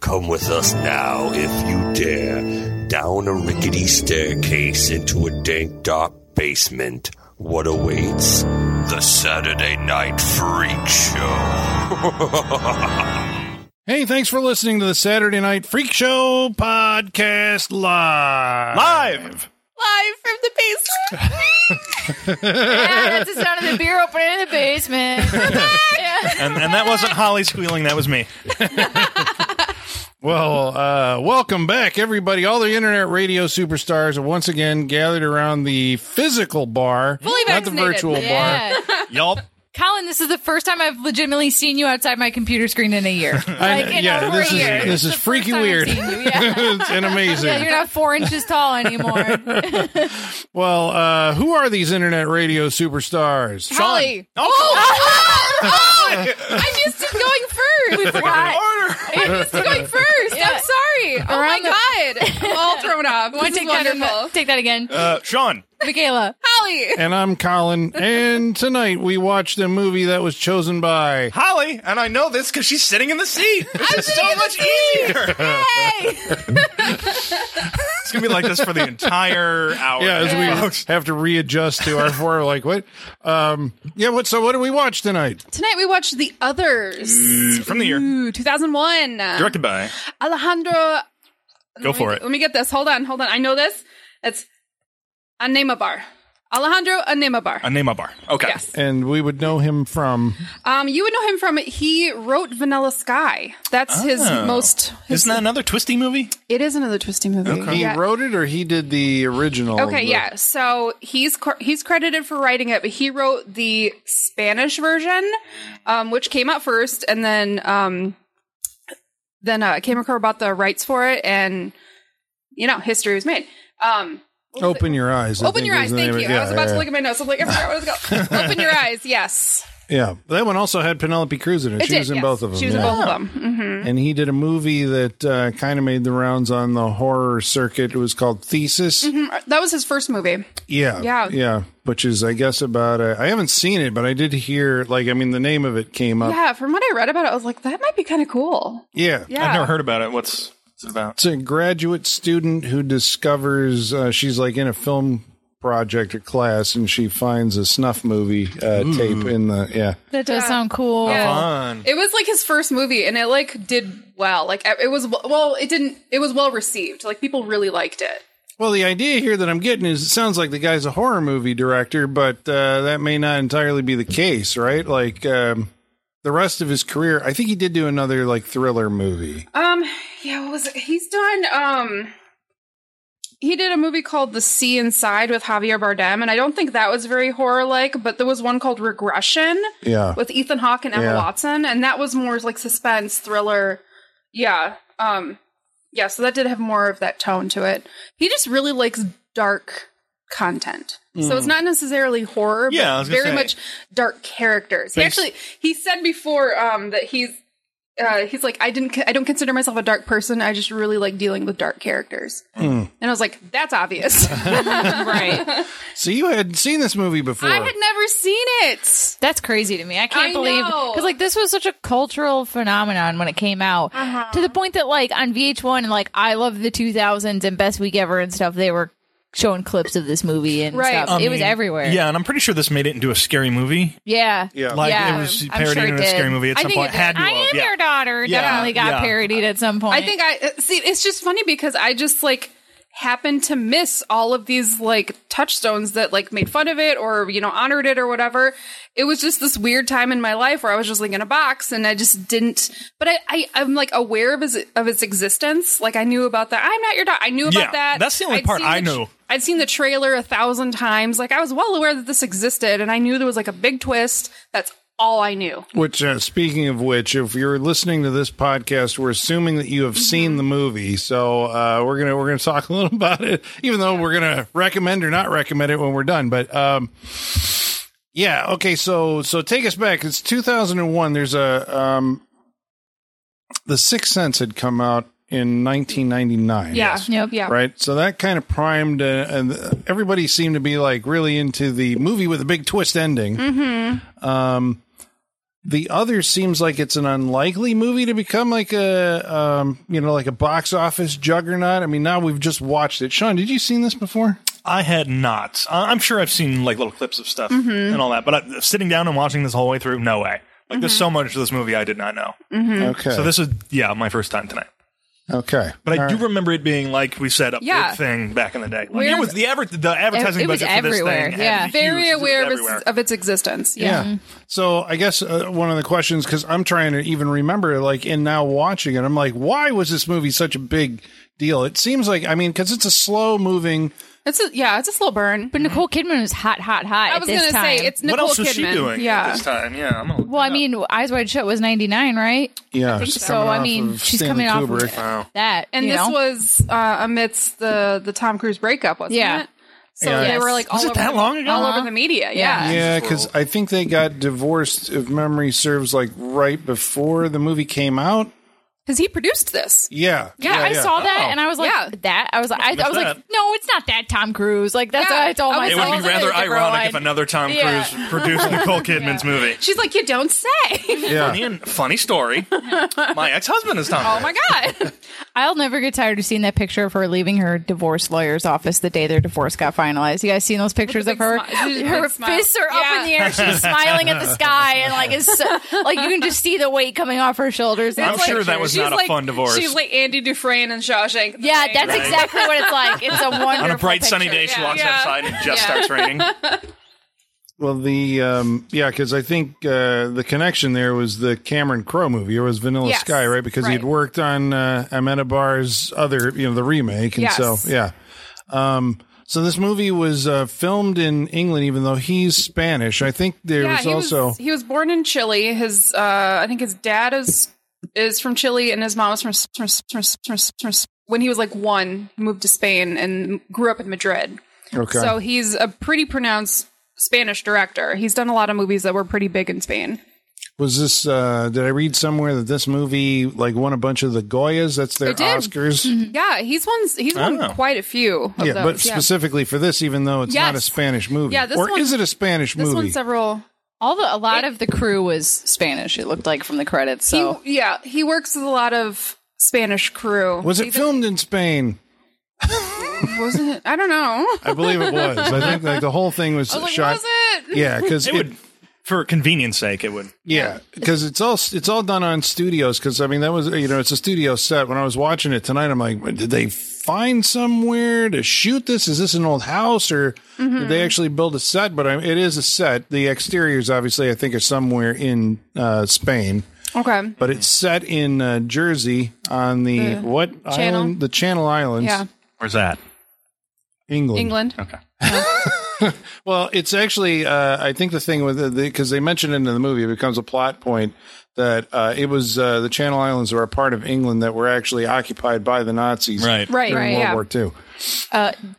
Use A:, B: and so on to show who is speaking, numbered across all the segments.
A: Come with us now, if you dare, down a rickety staircase into a dank, dark basement. What awaits? The Saturday Night Freak Show.
B: Hey, thanks for listening to the Saturday Night Freak Show podcast live.
C: Live.
D: live from the basement. yeah, that's the sound of the beer opening in the basement. yeah.
C: And, and that wasn't Holly squealing, that was me.
B: Well, uh, welcome back, everybody. All the internet radio superstars are once again gathered around the physical bar,
D: Fully
B: not the
D: vaccinated.
B: virtual bar.
D: yeah.
C: Yup.
D: Colin, this is the first time I've legitimately seen you outside my computer screen in a year.
B: I-
D: Like in
B: yeah,
D: over
B: this
D: a
B: is
D: year.
B: this
D: It's
B: is
D: the
B: freaky
D: first time I've
B: weird
D: seen you, Yeah.
B: and amazing.
D: Yeah, you're not four inches tall anymore.
B: well, uh, who are these internet radio superstars?
D: Holly. Oh,
C: Oh,
D: I'm used to going first. We forgot. I'm used to going first. I'm sorry. Oh
E: Around
D: my
E: I'm all thrown
D: God.
E: off. This is
D: Take that,
E: wonderful.
D: in- take that again.
C: Uh, Sean.
D: Michaela.
E: Holly.
B: And I'm Colin. And tonight we watched a movie that was chosen by
C: Holly, and I know this because she's sitting in the seat. This is so much easier.
D: Hey!
C: It's gonna be like this for the entire hour.
B: Yeah, as we
C: folks.
B: have to readjust to our four, like what? Um, yeah, what? So what did we watch tonight?
E: Tonight we watched The Others.
C: from the year
E: Ooh, 2001.
C: directed by.
E: Alejandro.
C: Go for it.
E: Let me get this. Hold on, hold on. I know this. It's Anemabar. Alejandro Anemabar.
C: A name bar. Okay.
E: Yes.
B: And we would know him from
E: Um, you would know him from he wrote Vanilla Sky. That's his
C: Oh.
E: most. His,
C: Isn't that another twisty movie?
E: it is another twisty movie.
B: he
E: Yeah.
B: wrote it or he did the original.
E: Okay,
B: the-
E: yeah. So he's cr- he's credited for writing it, but he wrote the Spanish version, um, which came out first, and then um, then uh, Cameron bought the rights for it, and you know, history was made. Um,
B: Open your eyes. I
E: open
B: think
E: your
B: was
E: eyes.
B: the name
E: Thank
B: of it.
E: you.
B: Yeah,
E: I was about
B: yeah,
E: to look at my notes. I'm like, I forgot what it's called. open your eyes. Yes,
B: Yeah, that one also had Penelope Cruz in it.
E: It
B: she
E: did,
B: was in
E: yes.
B: both of them.
E: She was
B: yeah.
E: in both of them. hmm
B: And he did a movie that uh, kind of made the rounds on the horror circuit. It was called Thesis.
E: That was his first movie.
B: Yeah,
E: Mm-hmm. Yeah.
B: yeah. Which is, I guess, about. I I haven't seen it, but I did hear. Like, I mean, the name of it came up.
E: Yeah, from what I read about it, I was like, that might be kind of cool.
B: yeah.
E: Yeah,
C: I've never heard about it. What's, what's it about?
B: it's a graduate student who discovers uh, she's like in a film project or class and she finds a snuff movie uh, tape in the yeah
D: That does sound cool.
E: Uh-huh.
C: Fun.
E: It was like his first movie, and it like did well. Like e, it was well, it didn't. It was well received. Like people really liked it.
B: well the idea here that i'm getting is it sounds like the guy's a horror movie director but uh, that may not entirely be the case right like um, the rest of his career i think he did do another like thriller movie
E: Um, yeah, what was it? he's done? Um, he did a movie called The Sea Inside with Javier Bardem, and I don't think that was very horror like. But there was one called Regression
B: yeah
E: with Ethan Hawke and Emma
B: Yeah.
E: Watson, and that was more like suspense thriller. Yeah. Um. Yeah. So that did have more of that tone to it. He just really likes dark content. So it's not necessarily horror,
C: Hmm. Yeah, I
E: but
C: was gonna
E: very
C: say.
E: much dark characters. He
C: Thanks.
E: actually he said before um, that he's uh, he's like I didn't I don't consider myself a dark person. I just really like dealing with dark characters.
C: Hmm.
E: And I was like, that's obvious.
D: Right.
B: so you had seen this movie before
E: I had never seen it.
D: That's crazy to me. I can't
E: I
D: believe
E: know.
D: because like this was such a cultural phenomenon when it came out
E: Uh-huh.
D: to the point that like on VH1 and like I love the 2000s and Best Week Ever and stuff. They were showing clips of this movie and
E: Right.
D: stuff.
E: I
D: it was everywhere.
C: Yeah, and I'm pretty sure this made it into a scary movie.
D: yeah,
B: Yeah.
C: Like
D: Yeah.
C: it was
D: I'm
C: parodied
D: sure it
C: in a
D: did.
C: scary movie at
D: I
C: some
D: think
C: point.
D: it did.
C: Had to
D: I
C: have,
D: am
C: yeah.
D: your daughter.
C: Yeah.
D: Definitely got
C: Yeah.
D: parodied at some point.
E: I think I uh, see. It's just funny because I just like happened to miss all of these like touchstones that like made fun of it or you know honored it or whatever. It was just this weird time in my life where I was just like in a box and I just didn't. But I, I I'm like aware of his of its existence. Like I knew about that. I'm not your daughter. I knew
C: Yeah,
E: about that.
C: that's the only part
E: seen
C: I
E: the tr-
C: know.
E: I'd seen the trailer a thousand times. Like I was well aware that this existed and I knew there was like a big twist. That's all I knew.
B: Which, uh, speaking of which, if you're listening to this podcast, we're assuming that you have seen the movie, so uh, we're gonna we're gonna talk a little about it, even though we're gonna recommend or not recommend it when we're done. But um, yeah, okay, so so take us back. It's 2001. There's a um, the Sixth Sense had come out in 1999.
E: Yeah.
D: Yep.
E: Yeah.
B: Right, so that kind of primed, uh, and everybody seemed to be like really into the movie with a big twist ending. Mm-hmm. Um, The other seems like it's an unlikely movie to become like a, um, you know, like a box office juggernaut. I mean, now we've just watched it. Sean, did you seen this before?
F: I had not. Uh, I'm sure I've seen like little clips of stuff and all that, but I, sitting down and watching this whole way through, no way. Like there's so much to this movie I did not know.
B: Okay.
F: So this is yeah my first time tonight.
B: okay.
F: But I
B: All
F: do
B: right.
F: remember it being like we said a
E: Yeah.
F: big thing back in the day. Like,
E: Where-
F: it was the, adver- the advertising
D: It was
F: budget for this
D: everywhere,
F: thing. had
D: yeah.
F: huge-
E: Very
F: it was
E: aware of
F: everywhere.
E: its, of its existence. Yeah.
B: Yeah. So I guess uh, one of the questions, because I'm trying to even remember, like, and now watching it, I'm like, why was this movie such a big deal? It seems like, I mean, because it's a slow moving.
E: It's a, yeah, it's a slow burn.
D: But Nicole Kidman was hot, hot, hot.
E: I was
D: going
E: gonna
D: to
E: say it's
F: What
E: Nicole
F: else
E: Kidman.
F: was she doing at
E: yeah.
F: this time? Yeah. I'm gonna look
D: Well, I
F: it up.
D: mean, Eyes Wide Shut was 99, right?
B: Yeah.
E: think
B: she's
E: so.
D: So,
B: coming
D: I
B: off
D: mean,
B: of
D: she's
B: Stanley
D: coming off
B: Kubrick.
D: of that.
E: And
D: you
E: this
D: know?
E: was uh, amidst the the Tom Cruise breakup, wasn't
D: Yeah.
E: it? So
B: Yeah.
E: they
D: Yes.
E: were like all
F: Was it
E: over
F: that
E: the,
F: long ago?
E: all
D: Uh-huh.
E: over the media.
D: Yeah.
E: Yeah.
B: Yeah, because I think they got divorced, if memory serves, like right before the movie came out.
E: Because he produced this.
B: Yeah.
D: Yeah, I saw that,
F: Oh.
D: and I was like,
E: Yeah.
D: "That." I was like, I, I was like,
F: that.
D: "No, it's not that Tom Cruise." Like that's
E: Yeah.
D: what I told
E: I was
F: it
D: myself.
E: all
F: would
E: of
F: be
E: it
F: rather
E: is
F: ironic
D: everyone.
F: if another Tom
D: Yeah.
F: Cruise produced Nicole Kidman's movie.
E: She's like, you don't say.
B: Yeah.
F: Funny, and, funny story. My ex-husband is Tom.
E: oh my god.
D: I'll never get tired of seeing that picture of her leaving her divorce lawyer's office the day their divorce got finalized. You guys seen those pictures
E: big
D: of her?
E: smile. She's a
D: Her
E: big smile.
D: fists are up in the air. She's smiling at the sky, and like it's so, like you can just see the weight coming off her shoulders.
F: I'm
E: It's like-
F: sure that was
E: she's
F: not a
E: like-
F: fun divorce.
E: She's like Andy Dufresne and Shawshank.
D: yeah, that's exactly what it's like. It's a wonderful
F: On a bright sunny
D: picture.
F: day, she
D: Yeah.
F: walks
E: Yeah.
F: outside and it just
E: Yeah.
F: starts raining.
B: Well, the, um, yeah, because I think uh, the connection there was the Cameron Crowe movie. It was Vanilla
E: Yes.
B: Sky, right? Because he'd
E: Right.
B: worked on uh, Amenabar's other, you know, the remake. And
E: Yes.
B: so, yeah. Um, so this movie was uh, filmed in England, even though he's Spanish. I think there
E: Yeah,
B: was
E: he
B: also.
E: was, he was born in Chile. His uh, I think his dad is is from Chile and his mom is from, from, from, from, from when he was like one, he moved to Spain and grew up in Madrid.
B: okay.
E: So he's a pretty pronounced Spanish director. He's done a lot of movies that were pretty big in Spain.
B: Was this? uh Did I read somewhere that this movie like won a bunch of the Goyas? That's their
E: It did.
B: Oscars.
E: Yeah, he's won he's won
F: Oh.
E: quite a few. Of
B: Yeah,
E: those.
B: but
E: yeah.
B: specifically for this, even though it's not a
E: Yes.
B: Spanish movie,
E: Yeah, this
B: or
E: one-
B: is it a Spanish
E: this
B: movie?
E: one's several.
D: All the a lot of the crew was Spanish. It looked like from the credits.
E: He,
D: So
E: yeah, he works with a lot of Spanish crew.
B: was it filmed in Spain?
E: Wasn't it? I don't know.
B: I believe it was. I think like the whole thing was,
E: was like,
B: shot.
E: was it?
B: Yeah, because it,
F: It would, for convenience sake, it would.
B: yeah, because it's all it's all done on studios. Because I mean, that was you know, it's a studio set. When I was watching it tonight, I'm like, did they find somewhere to shoot this? Is this an old house or did they actually build a set? But I, it is a set. The exteriors, obviously, I think are somewhere in uh, Spain.
E: Okay.
B: but it's set in uh, Jersey on the, what
E: Channel.
B: island? The Channel Islands,
E: Yeah.
F: Where's that?
B: England.
E: England.
F: Okay.
B: Well, it's actually uh, I think the thing with because they mentioned it in the movie, it becomes a plot point that uh, it was uh, the Channel Islands were a part of England that were actually occupied by the Nazis,
F: Right.
E: Right,
B: During
E: right,
B: World
E: yeah.
B: War Two.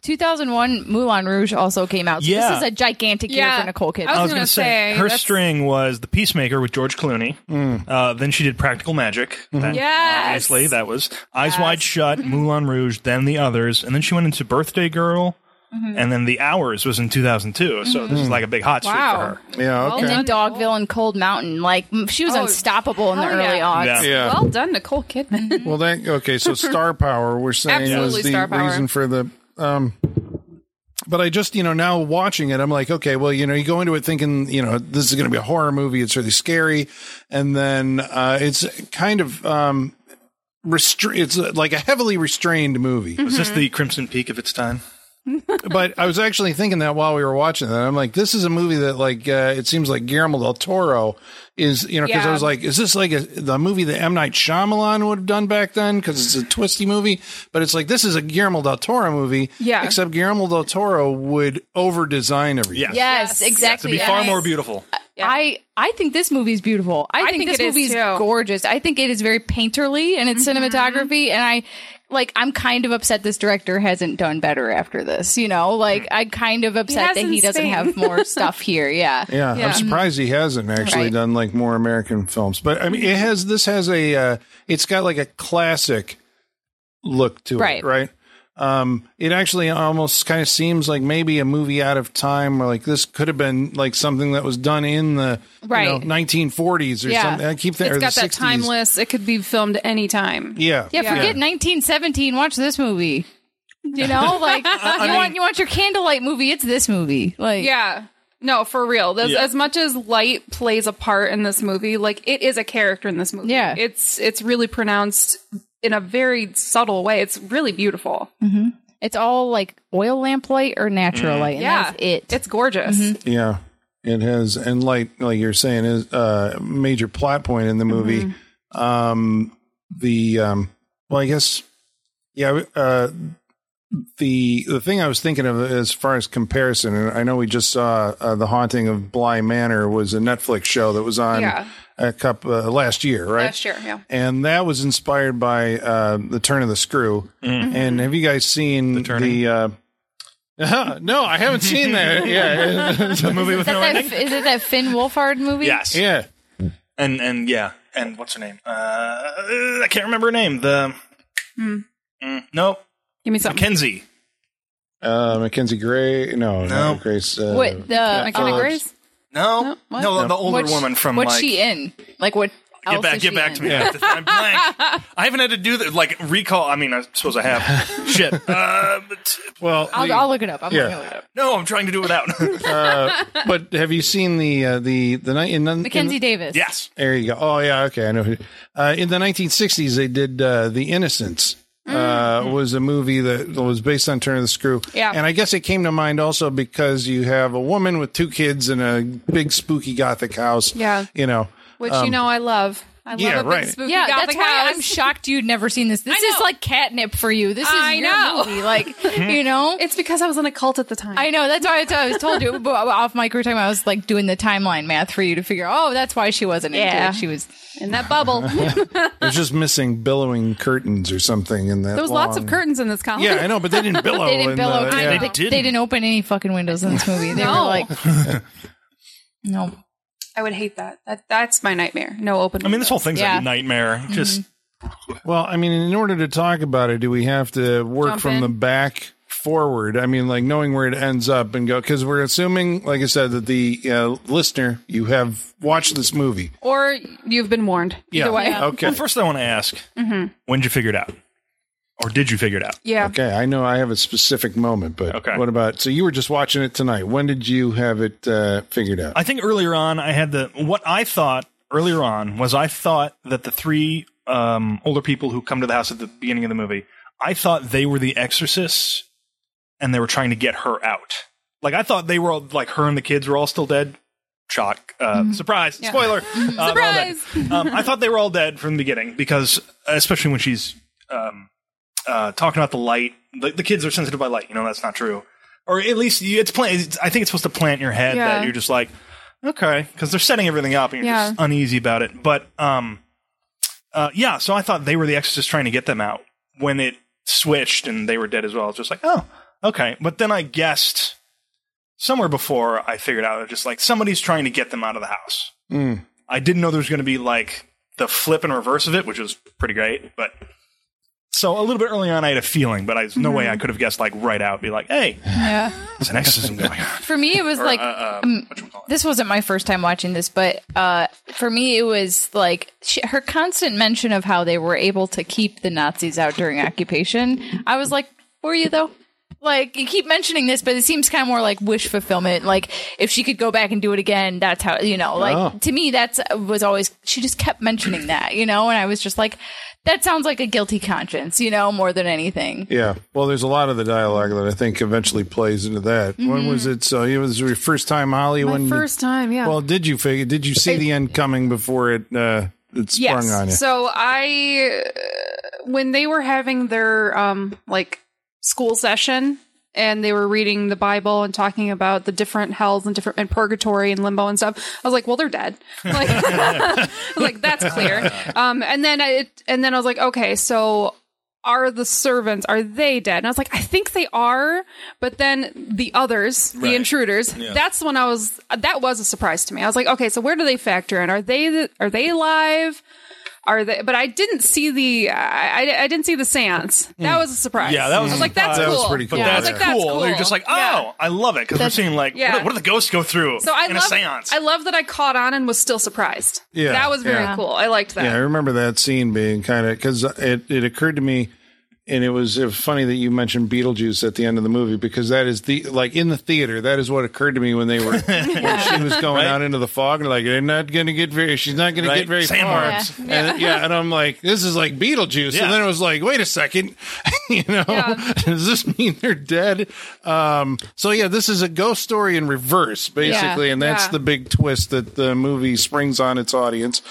D: 2001 Moulin Rouge also came out. So
F: Yeah.
D: This is a gigantic year
E: Yeah.
D: for Nicole Kidman.
E: I
F: I was
E: was
F: going
E: gonna
F: to say,
E: say,
F: her
E: that's-
F: string was The Peacemaker with George Clooney. Uh, then she did Practical Magic. That-
E: Yes.
F: Obviously, that was Eyes Wide Shut, Moulin Rouge, then the others. And then she went into Birthday Girl. And then The Hours was in 2002. So this is like a big hot streak
E: Wow.
F: for her.
B: Yeah, okay.
D: and then Dogville and Cold Mountain. Like m- she was
E: Oh,
D: unstoppable in the
E: hell
D: early
E: yeah.
D: odds.
F: Yeah.
B: yeah.
E: Well done, Nicole Kidman.
B: Well, that okay. So star power, we're saying, was
E: Absolutely
B: the
E: star power.
B: reason for the. Um, but I just, you know, now watching it, I'm like, okay, well, you know, you go into it thinking, you know, this is going to be a horror movie. It's really scary, and then uh, it's kind of um, restra- It's uh, like a heavily restrained movie.
F: Was this the Crimson Peak of its time?
B: but I was actually thinking that while we were watching that, I'm like, this is a movie that, like, uh, it seems like Guillermo del Toro is, you know, because I
E: Yeah.
B: was like, is this like a, the movie that M Night Shyamalan would have done back then? Because it's a twisty movie, but it's like this is a Guillermo del Toro movie,
E: Yeah.
B: Except Guillermo del Toro would over design everything.
F: Yes.
D: Yes,
E: Yes.
F: To
D: exactly.
F: be far
D: yes.
F: more beautiful.
D: I I think this movie's beautiful. I, think,
E: think
D: this
E: it is,
D: movie's
E: too. Mm-hmm.
D: gorgeous. I think it is very painterly in its cinematography, and I like. I'm kind of upset this director hasn't done better after this. You know, like
F: Hmm.
D: I'm kind of upset that
E: hasn't
D: he doesn't
E: Spain.
D: have more stuff here. Yeah.
B: Yeah, I'm surprised he hasn't actually
D: Right.
B: done like more American films. But I mean, it has this has a uh, it's got like a classic look to
D: Right.
B: it, right? Um, it actually almost kind of seems like maybe a movie out of time, or like this could have been like something that was done in the you know,
D: Right.
B: 1940s or
D: Yeah.
B: something. I keep thinking
E: it's
B: or
E: got
B: the
E: that
B: 60s.
E: timeless. It could be filmed anytime.
B: Yeah,
D: Yeah, forget 1917. Watch this movie. You know, like you want you want your candlelight movie. It's this movie. Like
E: Yeah. No, for real. That's,
F: Yeah.
E: As much as light plays a part in this movie, like it is a character in this movie.
D: Yeah.
E: It's it's really pronounced in a very subtle way. It's really beautiful.
D: it's all like oil lamp light or natural
F: Mm.
D: light. And
E: Yeah.
D: that's it.
E: It's gorgeous.
B: Yeah, it has, and like like you're saying, is a major plot point in the movie.
E: Mm-hmm.
B: Um, the um, well, I guess, yeah. Uh, the the thing I was thinking of as far as comparison, and I know we just saw uh, the haunting of Bly Manor was a Netflix show that was on
E: Yeah.
B: a cup uh, last year, right?
E: Last year, yeah.
B: and that was inspired by uh, the turn of the screw. And have you guys seen the?
F: Turning?
B: uh, no, I haven't seen that. Yeah,
F: The movie with
D: Is
F: no
D: that
F: ending.
D: that, is it that Finn Wolfhard movie?
F: Yes.
B: yeah.
F: And and yeah. And what's her name? Uh, I can't remember her name. The
D: Hmm.
F: Mm, no
E: Give me something.
F: Mackenzie.
B: Uh, Mackenzie Gray. No,
F: No.
B: not Grace. Uh,
D: What the
E: McKenna
D: um,
E: Grace?
F: No,
E: what?
F: no, the, the older
D: what's-
F: woman from
D: what's
F: like.
D: she in? Like what?
F: Get
D: else
F: back,
D: is
F: get
D: she
F: back
D: in?
F: to me. I'm blank. I haven't had to do that. Like recall. I mean, I suppose I have. Shit. Uh, but,
B: Well,
D: I'll,
B: the-
D: I'll look it up. I'm
B: Yeah.
D: gonna look it up.
F: no, I'm trying to do it out.
B: but have you seen the uh, the the night in in-
D: Mackenzie Davis.
F: yes.
B: There you go. Oh yeah, okay, I know. Who, uh, in the 1960s, they did uh, The Innocents. Uh, was a movie that was based on Turn of the Screw.
E: Yeah.
B: and I guess it came to mind also because you have a woman with two kids in a big spooky gothic house.
E: Yeah.
B: you know.
E: Which you know I love. I love
B: um, yeah,
E: a big
B: right.
E: spooky
D: Yeah,
E: gothic
D: that's why
E: house.
D: I'm shocked you'd never seen this. This
E: I
D: is
E: know.
D: like catnip for you. This is
E: I
D: your
E: know.
D: movie. Like you know,
E: It's because I was in a cult at the time.
D: I know. That's why that's why I was told you but off mic. We were talking about, I was like doing the timeline math for you to figure. Oh, that's why she wasn't into
E: Yeah.
D: it. She was.
E: in that bubble. there
B: There's just missing billowing curtains or something in that.
E: was lots of
B: long-
E: curtains in this column.
B: Yeah, I know, but they didn't billow.
D: They didn't
B: in
D: billow.
B: The, yeah.
D: they,
F: They didn't.
D: didn't. open any fucking windows in this movie. They
E: No.
D: were like, no.
E: I would hate that. That that's my nightmare. No open.
F: I mean, this whole
E: windows.
F: thing's
D: Yeah. Mm-hmm.
F: a nightmare. Just
B: Well, I mean, in order to talk about it, do we have to work
E: Jump
B: from
E: in.
B: the back forward? I mean, like knowing where it ends up and go because we're assuming, like I said, that the uh, listener you have watched this movie.
E: Or you've been warned. Either way.
B: Okay.
F: Well, first I want to ask,
D: Mm-hmm.
F: when did you figure it out, or did you figure it out?
E: Yeah.
B: Okay. I know I have a specific moment, but
F: Okay.
B: what about? So you were just watching it tonight. When did you have it uh, figured out?
F: I think earlier on I had the what I thought earlier on was I thought that the three um, older people who come to the house at the beginning of the movie, I thought they were the exorcists, and they were trying to get her out. Like I thought they were all, like her and the kids were all still dead. Shock! Uh, Surprise! Spoiler! Um, all that. Um, I thought they were all dead from the beginning because, especially when she's um, uh, talking about the light, the, the kids are sensitive by light. You know that's not true, or at least you, it's plant. it's- I think it's supposed to plant in your head
E: Yeah.
F: that you're just like, okay, because they're setting everything up and you're
E: Yeah.
F: just uneasy about it. But um, uh, yeah, so I thought they were the exorcist trying to get them out when it switched and they were dead as well. I was just like, oh, okay. But then I guessed somewhere before I figured out, just like somebody's trying to get them out of the house. I didn't know there was going to be like the flip and reverse of it, which was pretty great. But so a little bit early on, I had a feeling, but I, there's no way I could have guessed like right out, be like, hey,
D: Yeah.
F: there's an exorcism going on.
D: For me, it was like um, this wasn't my first time watching this, but uh, for me, it was like she, her constant mention of how they were able to keep the Nazis out during occupation. I was like, were you though? Like you keep mentioning this, but it seems kind of more like wish fulfillment. Like if she could go back and do it again, that's how you know. Like
B: Oh.
D: to me, that's was always she just kept mentioning that, you know. And I was just like, that sounds like a guilty conscience, you know, more than anything.
B: Yeah. Well, there's a lot of the dialogue that I think eventually plays into that. When was it? So it was your first time, Holly.
E: Mm-hmm. My
B: when
E: first time, yeah.
B: Well, did you figure? Did you see the end coming before it uh, it sprung
E: yes.
B: on you?
E: So I, uh, when they were having their um like school session and they were reading the Bible and talking about the different hells and different and purgatory and limbo and stuff, I was like, well, they're dead. Like, I was like that's clear. Um, and then I it, and then I was like, okay, so. Are the servants are they dead? And I was like, I think they are, but then the others, the intruders, that's when I was. That was a surprise to me. I was like, okay, so where do they factor in? Are they the, are they alive? are they? But I didn't see the I, I, I didn't see the seance. That was a surprise.
F: Yeah, that was
E: I was like
F: surprise.
E: that's
F: That
E: cool.
B: Hmm. was pretty cool.
E: Yeah, I was
F: That's,
E: like, that's
F: cool.
E: cool.
F: You're just like, oh,
E: Yeah.
F: I love it because we're seeing like,
E: yeah.
F: what, what do the ghosts go through
E: So I
F: in
E: love,
F: a seance?
E: I love that I caught on and was still surprised.
B: Yeah,
E: that was very
B: yeah.
E: cool. I liked that.
B: Yeah, I remember that scene being kind of because it, it occurred to me, and it was, it was funny that you mentioned Beetlejuice at the end of the movie because that is the like in the theater that is what occurred to me when they were when she was going out into the fog and like they're not going to get very she's not going to
F: Right?
B: get very
F: Sandworms.
B: far and yeah and I'm like this is like Beetlejuice
F: Yeah.
B: and then it was like wait a second you know
E: Yeah.
B: does this mean they're dead um so yeah this is a ghost story in reverse basically and that's
E: Yeah.
B: the big twist that the movie springs on its audience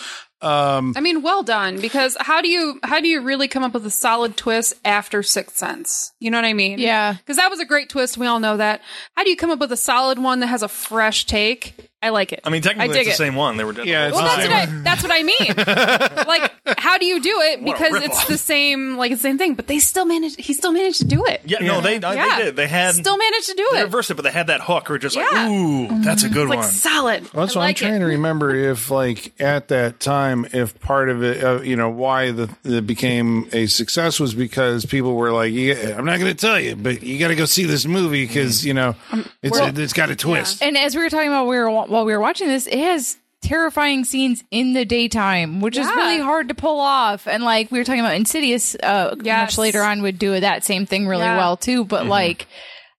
B: Um,
E: I mean, well done because how do you how do you really come up with a solid twist after Sixth Sense? You know what I mean?
D: Yeah.
E: Because that was a great twist. We all know that. How do you come up with a solid one that has a fresh take? I like it.
F: I mean, technically,
E: dig
F: it's the
E: it.
F: same one. They were dead.
B: Yeah,
F: the
B: it's
E: Well,
F: whole
E: that's
F: time.
E: what I that's what I mean. like, how do you do it?
F: What a
E: Because
F: rip-off.
E: it's the same, like it's the same thing. But they still managed. He still managed to do it.
F: yeah, no, they, I-
E: Yeah.
F: they did. They had
E: still managed to do
F: they
E: it.
F: reversed it, but they had that hook. Or just like,
E: Yeah.
F: ooh, that's a good
E: Like
F: one.
E: solid.
B: Well, that's
E: I
B: what I'm
E: like it.
B: trying to remember if, like, at that time, if part of it, uh, you know, why the, it became a success was because people were like, yeah, I'm not going to tell you, but you got to go see this movie
D: Mm.
B: because, you know,
D: Um,
B: it's, it's got a twist.
D: And as we were talking about we were, while we were watching this, it has terrifying scenes in the daytime, which is
E: Yeah.
D: really hard to pull off. And like we were talking about Insidious, uh,
E: Yes.
D: much later on would do that same thing really
E: Yeah.
D: well too.
F: Mm-hmm.
D: But like,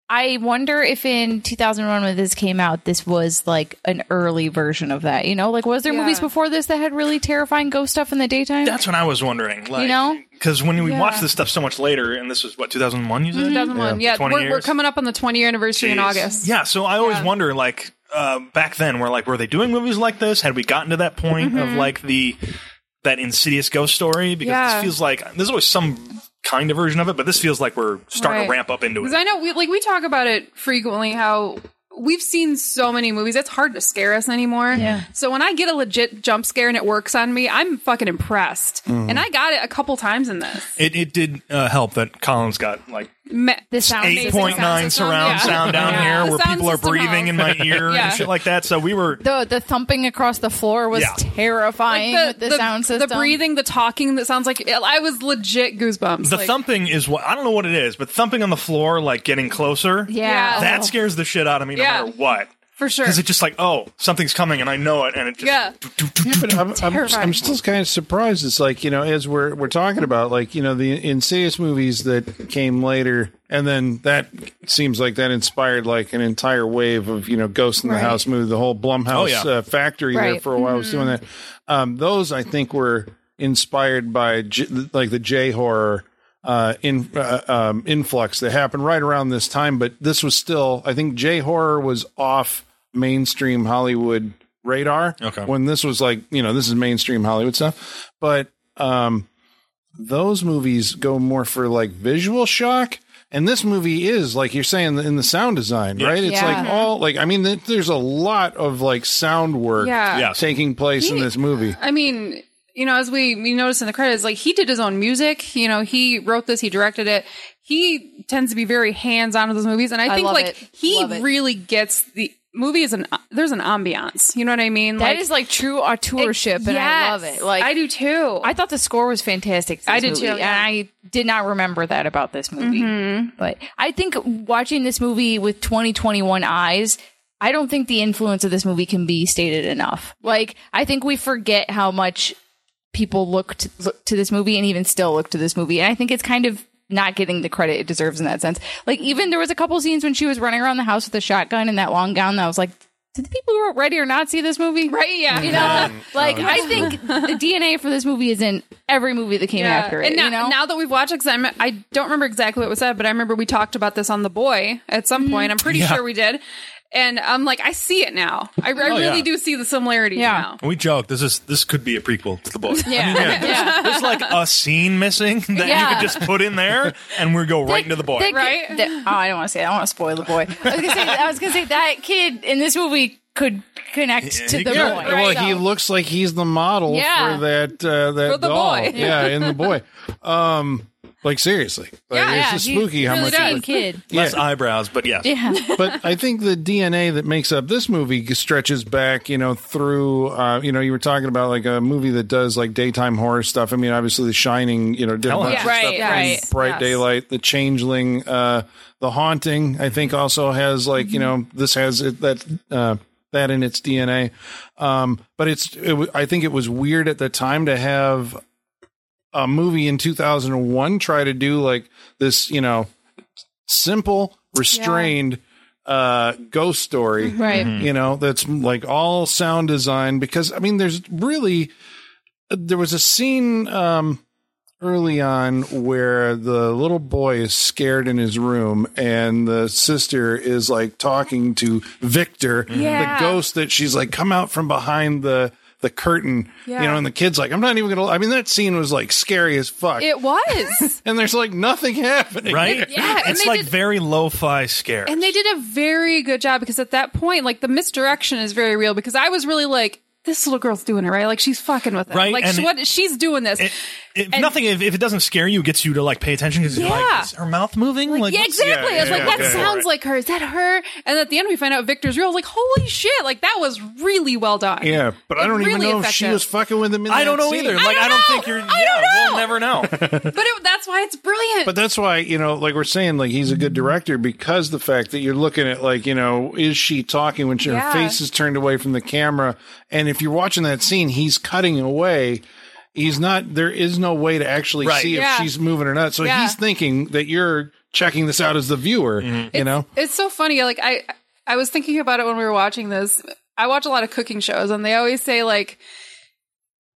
D: I wonder if in 2001 when this came out, this was like an early version of that. You know, like was there
E: Yeah.
D: movies before this that had really terrifying ghost stuff in the daytime?
F: That's what I was wondering. Like,
D: know?
F: because when we watched this stuff so much later, and this was what 2001, you said.
E: 2001. Yeah,
F: 20
E: we're, we're
F: years.
E: coming up on the 20 year anniversary in
F: Jeez.
E: August.
F: Yeah, so I always wonder, like uh, back then, we're like, were they doing movies like this? Had we gotten to that point of
E: Mm-hmm.
F: like the that insidious ghost story? Because
E: Yeah.
F: this feels like there's always some kind of version of it, but this feels like we're starting to
E: Right.
F: ramp up into it.
E: Because I know, we, like, we talk about it frequently how we've seen so many movies, it's hard to scare us anymore. Yeah. So when I get a legit jump scare and it works on me, I'm fucking impressed.
B: Mm.
E: And I got it a couple times in this.
F: it, it did uh, help that Collins got like
E: Ma-
D: the sound.
E: Amazing
F: eight point nine
E: sound system.
F: surround
E: Yeah.
F: sound down
E: Yeah. The
F: here, where
E: sound
F: people are
E: system
F: breathing in my ear
E: Yeah.
F: and shit like that. So we were
D: The, the thumping across the floor was
F: Yeah.
D: terrifying with the, sound system.
E: the breathing, the talking that sounds like I was legit goosebumps.
F: the
E: like,
F: thumping is what I don't know what it is, but thumping on the floor, like getting closer,
D: Yeah.
F: that scares the shit out of me no
E: Yeah.
F: matter what.
E: for sure.
F: Because it's just like, oh, something's coming and I know it, and it just
E: Yeah.
B: Yeah, but I'm, I'm,
D: Terrifying.
B: I'm still kind of surprised. It's like, you know, as we're, we're talking about, like, you know, the Insidious movies that came later, and then that seems like that inspired, like, an entire wave of, you know, Ghost in the
D: Right.
B: House movie, the whole Blumhouse
F: Oh, yeah.
B: uh, factory there
D: Right. Mm-hmm.
B: for a while was doing that. Um, those, I think, were inspired by, J- like, the J horror. Uh, in uh, um, influx that happened right around this time, but this was still, I think, J horror was off mainstream Hollywood radar
F: Okay.
B: when this was like you know this is mainstream hollywood stuff but um those movies go more for like visual shock and this movie is like you're saying in the sound design right it's
D: Yeah.
B: like all like i mean th- there's a lot of like sound work
E: Yeah.
F: Yes.
B: taking place in
E: He-
B: this movie
E: I mean, you know, as we, we notice in the credits, like he did his own music. You know, he wrote this, he directed it. He tends to be very hands on with his movies, and I,
D: I
E: think
D: love
E: like
D: it.
E: he
D: Love it.
E: really gets the movie is an there's an ambiance. You know what I mean?
D: That is like true auteurship, and I love
E: Yes,
D: it. Like
E: I do too.
D: I thought the score was fantastic. to this
E: I did
D: movie,
E: too, yeah.
D: and I did not remember that about this movie. But I think watching this movie with 2021 eyes, I don't think the influence of this movie can be stated enough. Like I think we forget how much people looked look to this movie and even still look to this movie, and I think it's kind of not getting the credit it deserves in that sense. Like even there was a couple scenes when she was running around the house with a shotgun and that long gown that I was like. Did the people who wrote Ready or Not see this movie?
E: right? Yeah,
D: You know, like I think the DNA for this movie is in every movie that came
E: Yeah.
D: after it.
E: And now,
D: you know,
E: now that we've watched it, 'cause I'm- I don't remember exactly what was said, but I remember we talked about this on The Boy at some point. I'm pretty sure we did. And I'm like, I see it now. I, I
B: Oh,
E: really
F: yeah.
E: do see the similarities
D: Yeah.
E: now.
F: We joke this is this could be a prequel to the book.
D: yeah, yeah.
F: There's like a scene missing that
D: Yeah.
F: you could just put in there, and we go right into the boy.
D: That kid-
E: right?
D: that- oh, I don't want to say. That. I don't want to spoil the boy. I was gonna say. I was gonna say that kid in this movie could connect to
F: he
D: the
F: could.
D: boy.
B: well
D: So-
B: he looks like he's the model
D: Yeah.
B: for that uh that
E: the
B: doll
E: boy.
B: yeah in the boy um Like seriously, like,
E: Yeah,
B: it's
E: yeah,
B: just
D: he
B: spooky how
D: really
B: much.
D: does.
B: like-
D: kid.
F: Less
B: Yeah.
F: eyebrows, but yes.
D: Yeah.
B: but I think the DNA that makes up this movie stretches back, you know, through, uh, you know, you were talking about like a movie that does like daytime horror stuff. I mean, obviously, The Shining, you know, did a
F: Hell
B: bunch
F: yeah.
B: of
D: Right,
B: stuff in
D: right.
B: Bright
E: Yes.
B: Daylight, The Changeling, uh, The Haunting. I think also has like you
D: Mm-hmm.
B: know this has it, that uh, that in its DNA. Um, but it's it, wa- I think it was weird at the time to have a movie in 2001 try to do like this, you know, simple, restrained uh ghost story.
D: Right.
B: You know, that's like all sound design because I mean there's really there was a scene um early on where the little boy is scared in his room and the sister is like talking to Victor,
E: Yeah.
B: the ghost that she's like come out from behind the the curtain,
E: Yeah.
B: you know, and the kid's like, I'm not even gonna. I mean, that scene was like scary as fuck,
E: It was.
B: and there's like nothing happening,
F: Right?
E: Yeah, and
F: it's
E: they
F: like
E: did-
F: very lo fi scare.
E: and they did a very good job because at that point, like the misdirection is very real because I was really like, this little girl's doing it, right? Like she's fucking with it.
F: Right,
E: Like
F: and
E: she,
F: it-
E: what she's doing this.
F: It- if
E: And-
F: nothing, if, if it doesn't scare you, it gets you to like pay attention because you're
E: Yeah.
F: like, is her mouth moving? Like,
E: yeah,
F: what's-
E: exactly.
B: yeah,
E: I was like,
B: yeah,
E: that
B: okay.
E: sounds like her. Is that her? And at the end, we find out Victor's real. I was like, holy shit! Like that was really well done.
B: Yeah, but
E: It
B: I don't even
E: really
B: know if she
E: effective.
B: was fucking with him. In
F: I
B: that
F: don't know
B: scene.
F: either. Like,
E: don't
F: I don't
E: know.
F: think you're.
E: I
F: yeah,
E: don't know.
F: we'll never know.
E: But it, that's why it's brilliant.
B: But that's why you know, like we're saying, like he's a
E: Mm-hmm.
B: good director because the fact that you're looking at, like you know, is she talking when she, her
E: Yeah.
B: face is turned away from the camera? And if you're watching that scene, he's cutting away. He's not. There is no way to actually
F: Right.
B: see
E: Yeah.
B: if she's moving or not. So
E: Yeah.
B: he's thinking that you're checking this out as the viewer.
F: Mm-hmm.
B: You know,
E: It's so funny. Like I, I was thinking about it when we were watching this. I watch a lot of cooking shows, and they always say like,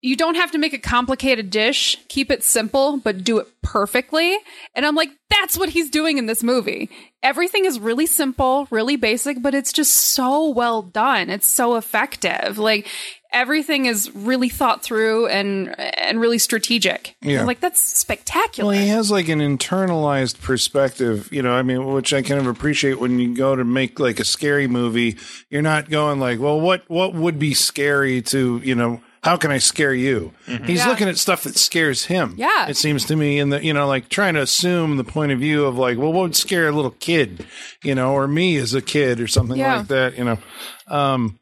E: you don't have to make a complicated dish. Keep it simple, but do it perfectly. And I'm like, that's what he's doing in this movie. Everything is really simple, really basic, but it's just so well done. It's so effective. Like everything is really thought through and and really strategic.
B: Yeah.
E: like that's spectacular.
B: Well, he has like an internalized perspective, you know. I mean, which I kind of appreciate when you go to make like a scary movie. You're not going like, well, what what would be scary to you know? How can I scare you? He's
E: Yeah.
B: looking at stuff that scares him.
E: Yeah.
B: it seems to me, and the you know, like trying to assume the point of view of like, well, what would scare a little kid, you know, or me as a kid, or something
E: Yeah.
B: like that, you know. Um,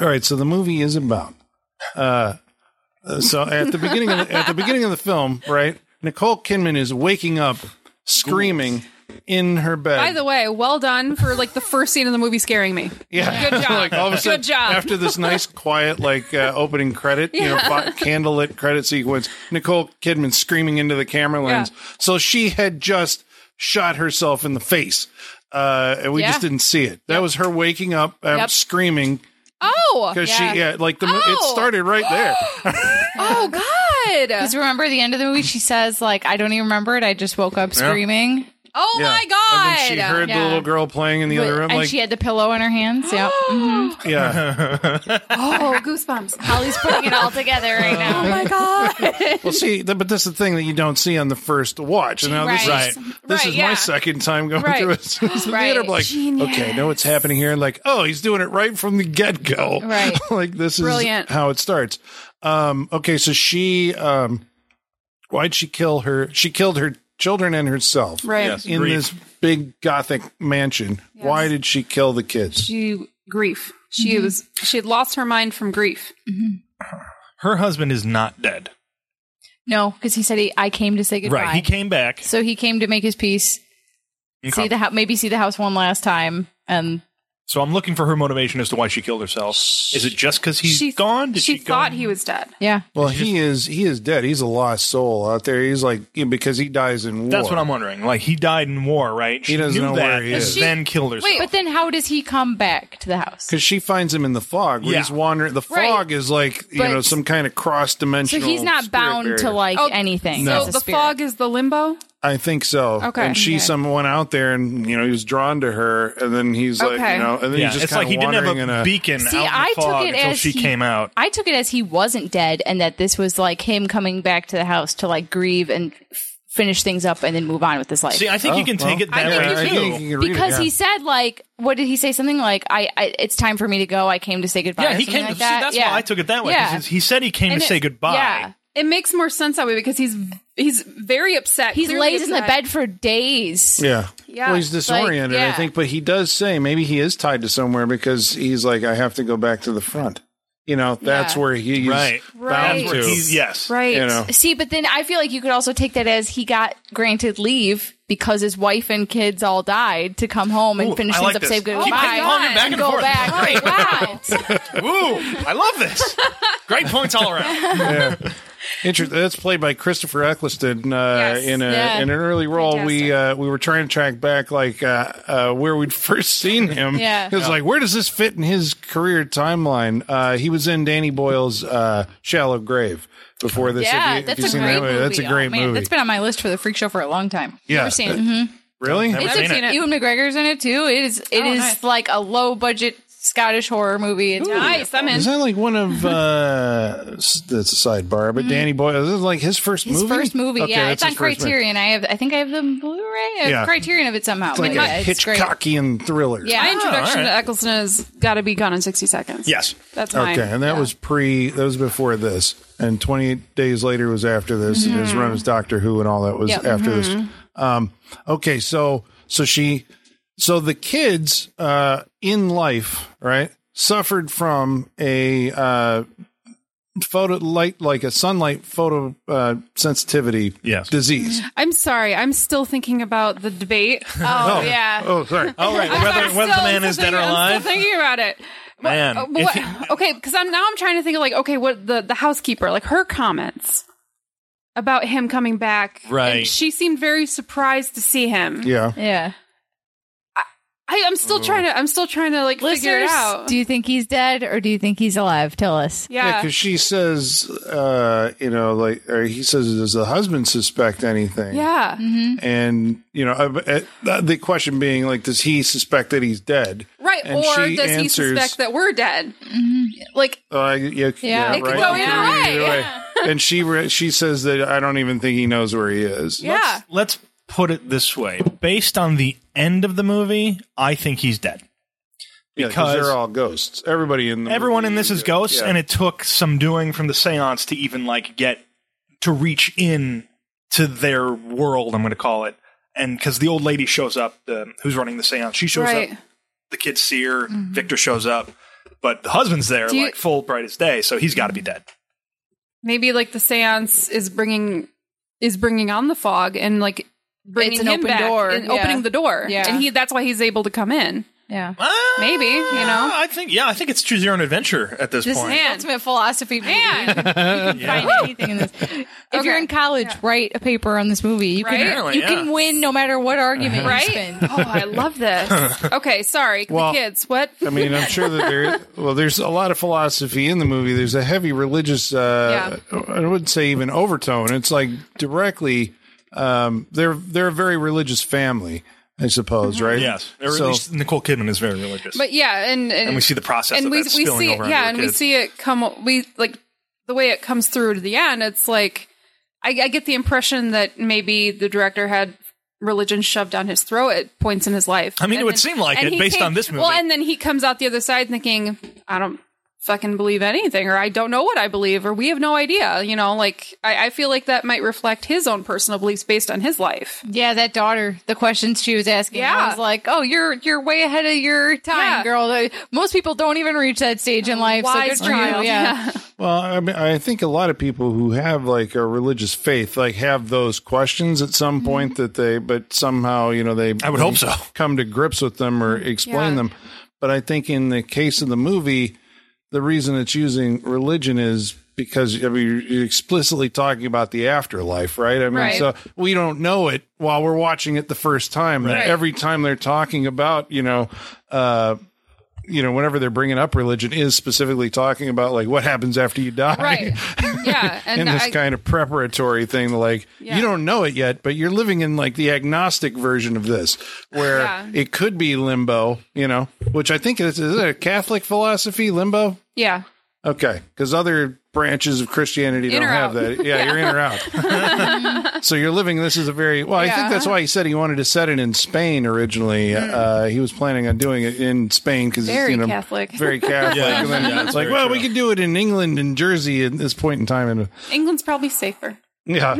B: all right, so the movie is about so at the beginning of the, at the beginning of the film, right? Nicole Kidman is waking up screaming in her bed.
E: By the way, well done for like the first scene in the movie scaring me.
B: yeah,
E: Good job.
B: like all of a sudden,
E: Good job.
B: after this nice, quiet, like uh, opening credit, you know, fi- candlelit credit sequence, Nicole Kidman screaming into the camera lens.
E: Yeah.
B: So she had just shot herself in the face, uh, and we
E: Yeah.
B: just didn't see it. That was her waking up, um,
E: Yep.
B: screaming
E: Oh,
B: because she, yeah, like the mo- it
E: Oh.
B: started right there.
E: Oh God.
D: Because remember the end of the movie, she says, like, I don't even remember it. I just woke up screaming.
E: Oh
B: Yeah.
E: my God.
B: And then she heard the
D: Yeah.
B: little girl playing in the other room,
D: and
B: like
D: she had the pillow in her hands. Yeah. Mm-hmm.
B: yeah.
E: oh, goosebumps.
D: Holly's putting it all together right now.
F: Uh,
E: Oh my God.
B: Well, see, th- but that's the thing that you don't see on the first watch. And now
D: Right.
B: this is this
E: Right,
B: is my
E: yeah.
B: second time going
E: Right.
B: through it. So it's the
D: Right.
B: theater, I'm like,
E: Genius.
B: okay, I know what's happening here. And like, oh, he's doing it right from the get go.
D: Right.
B: like this
E: Brilliant.
B: is how it starts. Um, okay, so she, um, why'd she kill her? She killed her children and herself
E: Right.
F: Yes.
B: in
F: Grief.
B: this big gothic mansion. Why did she kill the kids?
E: She grief. She
D: Mm-hmm.
E: was she had lost her mind from grief.
F: Her husband is not dead.
D: No, because he said he, I came to say goodbye.
F: Right. He came back.
D: so he came to make his peace, see the ho- maybe see the house one last time, and
F: So I'm looking for her motivation as to why she killed herself. Is it just because he's
E: she
F: gone? Did
E: she,
F: she,
E: thought
F: go?
E: he was dead.
D: yeah,
B: Well, he is he is dead. He's a lost soul out there. He's like you know, because he dies in war.
F: That's what I'm wondering. Like he died in war, right? She
B: doesn't
F: knew
B: know
F: that
B: where he
F: and
B: is.
F: then killed herself.
D: But then how does he come back to the house?
B: because she finds him in the fog. Where
F: Yeah.
B: he's wandering. The
D: Right.
B: fog is like you
D: But-
B: know some kind of cross
D: So
B: dimensional.
D: he's not bound to like anything.
E: Oh, So
D: as a
E: the
D: spirit.
E: fog is the limbo.
B: I think so.
E: Okay.
B: and she's
E: Okay.
B: someone out there, and you know he was drawn to her, and then he's like
E: Okay.
B: you know, and then
F: yeah,
B: he's just
F: it's
B: kind
F: like he
B: of
F: didn't
B: wandering
F: have
B: in
F: a
B: a.
F: beacon
D: See,
F: out in the
D: I took
F: fog
D: it
F: until
D: as
F: she
D: he-
F: came out.
D: I took it as he wasn't dead, and that this was like him coming back to the house to like grieve and f- finish things up, and then move on with his life.
F: See, I think you can take it
E: think
F: that
E: you
F: way
E: can.
F: too.
B: you can read it,
D: because
B: yeah.
D: he said like, what did he say? Something like, "I, I it's time for me to go. I came to say goodbye."
F: Yeah,
D: or
F: he
D: something
F: came.
D: Like
F: see,
D: that.
F: that's
D: yeah.
F: why I took it that way.
D: Yeah.
F: 'cause He said he came
D: And
F: to
D: it-
F: say goodbye.
D: Yeah,
E: it makes more sense that way because he's he's very upset.
D: He
E: Clearly
D: lays in the
E: upset.
D: bed for days.
B: Yeah.
E: Yeah.
B: Well, he's disoriented,
D: Like,
B: I
D: yeah.
B: think, but he does say maybe he is tied to somewhere because he's like, I have to go back to the front. You know, that's
D: Yeah.
B: where he's
F: Right.
B: bound
D: Right.
B: to.
F: He's, yes.
E: right.
B: You know,
D: See, but then I feel like you could also take that as he got granted leave because his wife and kids all died to come home and
F: Ooh,
D: finish
F: I
D: things
F: like
D: up,
F: this.
D: say
F: Keep
D: goodbye,
E: ping-ponging back
D: and
F: and
D: go
F: forth.
D: back. Wow.
F: Ooh, I love this. Great points all around.
B: Inter- that's played by Christopher Eccleston uh,
E: Yes.
B: in a
D: Mm-hmm. Yeah.
B: in an early role. We
E: Fantastic.
B: uh, we were trying to track back like uh, uh, where we'd first seen him.
D: Yeah.
B: it was like where does this fit in his career timeline? Uh, he was in Danny Boyle's uh, Shallow Grave before this. If
D: Yeah,
B: you- if
D: that's
B: you've
D: a
B: seen
D: great
B: that
D: movie.
B: movie, That's a
D: Oh,
B: great
D: man,
B: movie.
D: That's been on my list for the freak show for a long time.
B: Yeah.
D: Never seen it. Mhm.
B: really?
F: Never
D: It's
F: seen
D: a-
E: I've seen it.
D: Ewan McGregor's in it too. It is. It is
E: Oh, nice.
D: like a low budget Scottish horror movie. It's
E: Nice. I'm in.
B: Is that like one of uh s- that's a sidebar, but Danny Boyle is this like his first
D: Mm-hmm. His
B: movie?
D: first movie,
B: Okay,
D: yeah,
B: that's
D: it's on
B: his first movie.
D: Criterion. I have, I think I have the Blu-ray, I have
B: Yeah.
D: Criterion of it somehow.
B: It's like
D: but
B: a
D: yeah, it's great.
B: Hitchcockian thriller.
E: My
D: Yeah,
E: introduction
F: all right.
E: to Eccleston has got to be gone in 60 seconds.
F: Yes.
E: That's mine.
B: Okay, and that
E: Yeah.
B: was pre. That was before this, and 28 days later was after this. And his run as Doctor Who and all that was
D: Yep.
B: after this. Um, okay, so so she, so the kids uh, in life, right, suffered from a uh, photo light, like a sunlight photo uh, sensitivity
F: Yes.
B: disease.
E: I'm sorry. I'm still thinking about the debate.
D: oh yeah,
B: Oh, sorry.
F: All right.
E: I'm
F: Whether,
E: still-
F: whether the man
E: I'm
F: is
E: still
F: dead or
E: thinking- I'm
F: alive,
E: still thinking about it.
F: man.
E: Uh,
F: if
E: what-
F: you-
E: okay, because I'm now I'm trying to think of like okay, what the the housekeeper like her comments about him coming back. and
F: Right.
E: she seemed very surprised to see him.
B: Yeah.
D: yeah.
E: I, I'm still trying to I'm still trying to like figure it out.
D: do you think he's dead or do you think he's alive? Tell us.
E: yeah.
B: Yeah, because she says, uh, you know, like, or he says, does the husband suspect anything?
E: yeah.
D: Mm-hmm.
B: and you know uh, uh, the question being like does he suspect that he's dead
E: Right.
B: and
E: or
B: she
E: does he
B: answers-
E: suspect that we're dead?
D: Mm-hmm.
E: Like
B: uh, yeah, yeah,
D: It could
B: right
E: go either
B: Yeah,
E: way.
B: either and she re- she says that i don't even think he knows where he is
E: yeah.
F: Let's put it this way. Based on the end of the movie, I think he's dead.
B: Yeah,
F: Because-
B: they're all ghosts everybody in the
F: Everyone
B: movie
F: in this is ghosts,
B: yeah.
F: and it took some doing from the seance to even like get to reach in to their world. I'm going to call it, and because the old lady shows up, the, who's running the seance, she shows
E: Right. Mm-hmm.
F: up. The kid seer, Victor shows up, but the husband's there,
E: Do you-
F: like full bright as day, so he's got to be dead.
E: Maybe like the séance is bringing is bringing on the fog and like bringing
D: It's an
E: him
D: open
E: back
D: door.
E: and
D: Yeah.
E: opening the door.
D: Yeah.
E: And he that's why he's able to come in.
D: Yeah.
E: Maybe, you
F: Uh,
E: know.
F: I think yeah, I think it's choose your own adventure at this,
D: This
F: point.
D: is ultimate philosophy. movie. You can find anything in this. If you're
E: Okay.
D: in college, write a paper on this movie. You
E: Right?
D: can
F: Apparently,
D: you
F: yeah.
D: can win no matter what argument
E: Right?
D: you spin.
E: Oh, I love this. Okay, sorry.
B: Well-
E: the kids, what?
F: um,
B: I mean, I'm sure that there. Well, there's a lot of philosophy in the movie. There's a heavy religious. Uh, I wouldn't say even overtone. It's like directly. Um, they're they're a very religious family, I suppose,
E: Mm-hmm.
B: right?
F: Yes, or
B: So-
F: at least Nicole Kidman is very religious,
E: But yeah, and and,
F: and we see the process
E: and
F: of
E: we
F: that
E: we
F: spilling
E: see
F: over onto
E: yeah,
F: the
E: and we
F: kids.
E: see it come we like the way it comes through to the end. It's like I, I get the impression that maybe the director had religion shoved down his throat at points in his life.
F: I mean, it
E: And
F: would seem like
E: and
F: it
E: he
F: based
E: came-
F: on this movie.
E: Well, and then he comes out the other side thinking, I don't fucking believe anything, or I don't know what I believe, or we have no idea. You know, like I, I feel like that might reflect his own personal beliefs based on his life.
D: Yeah, that daughter, the questions she was asking.
E: Yeah.
D: I was like, Oh, you're you're way ahead of your time,
E: Yeah.
D: girl. Like, Most people don't even reach that stage in life. so
E: Wise
D: good for you.
E: child.
D: Yeah.
B: Well, I mean, I think a lot of people who have like a religious faith, like have those questions at some
E: Mm-hmm.
B: point that they, but somehow, you know, they,
F: I would hope so.
B: come to grips with them or explain
E: Mm-hmm. Yeah.
B: them. But I think in the case of the movie, the reason it's using religion is because I mean, you're explicitly talking about the afterlife, right? I mean,
E: Right.
B: so we don't know it while we're watching it the first time.
F: Right.
B: Every time they're talking about, you know, uh, you know, whenever they're bringing up religion, is specifically talking about like what happens after you die,
E: Right. Yeah. And
B: in this
E: I,
B: kind of preparatory thing, like
E: Yeah.
B: you don't know it yet, but you're living in like the agnostic version of this, where
E: Yeah.
B: it could be limbo, you know, which I think is, is it a Catholic philosophy, limbo.
E: yeah.
B: Okay, because other branches of Christianity don't
E: In or
B: have
E: out.
B: that. Yeah, you're in or out. so you're living this is a very well. I think
E: Yeah. Hmm.
B: that's why he said he wanted to set it in Spain originally. Uh, he was planning on doing it in Spain because
E: Very
B: you know,
E: Catholic.
B: very Catholic.
F: Yeah,
B: and then
F: yeah, that's
B: it's like,
F: very
B: well, we
F: true.
B: could do it in England and Jersey at this point in time, and
E: England's probably safer.
B: yeah,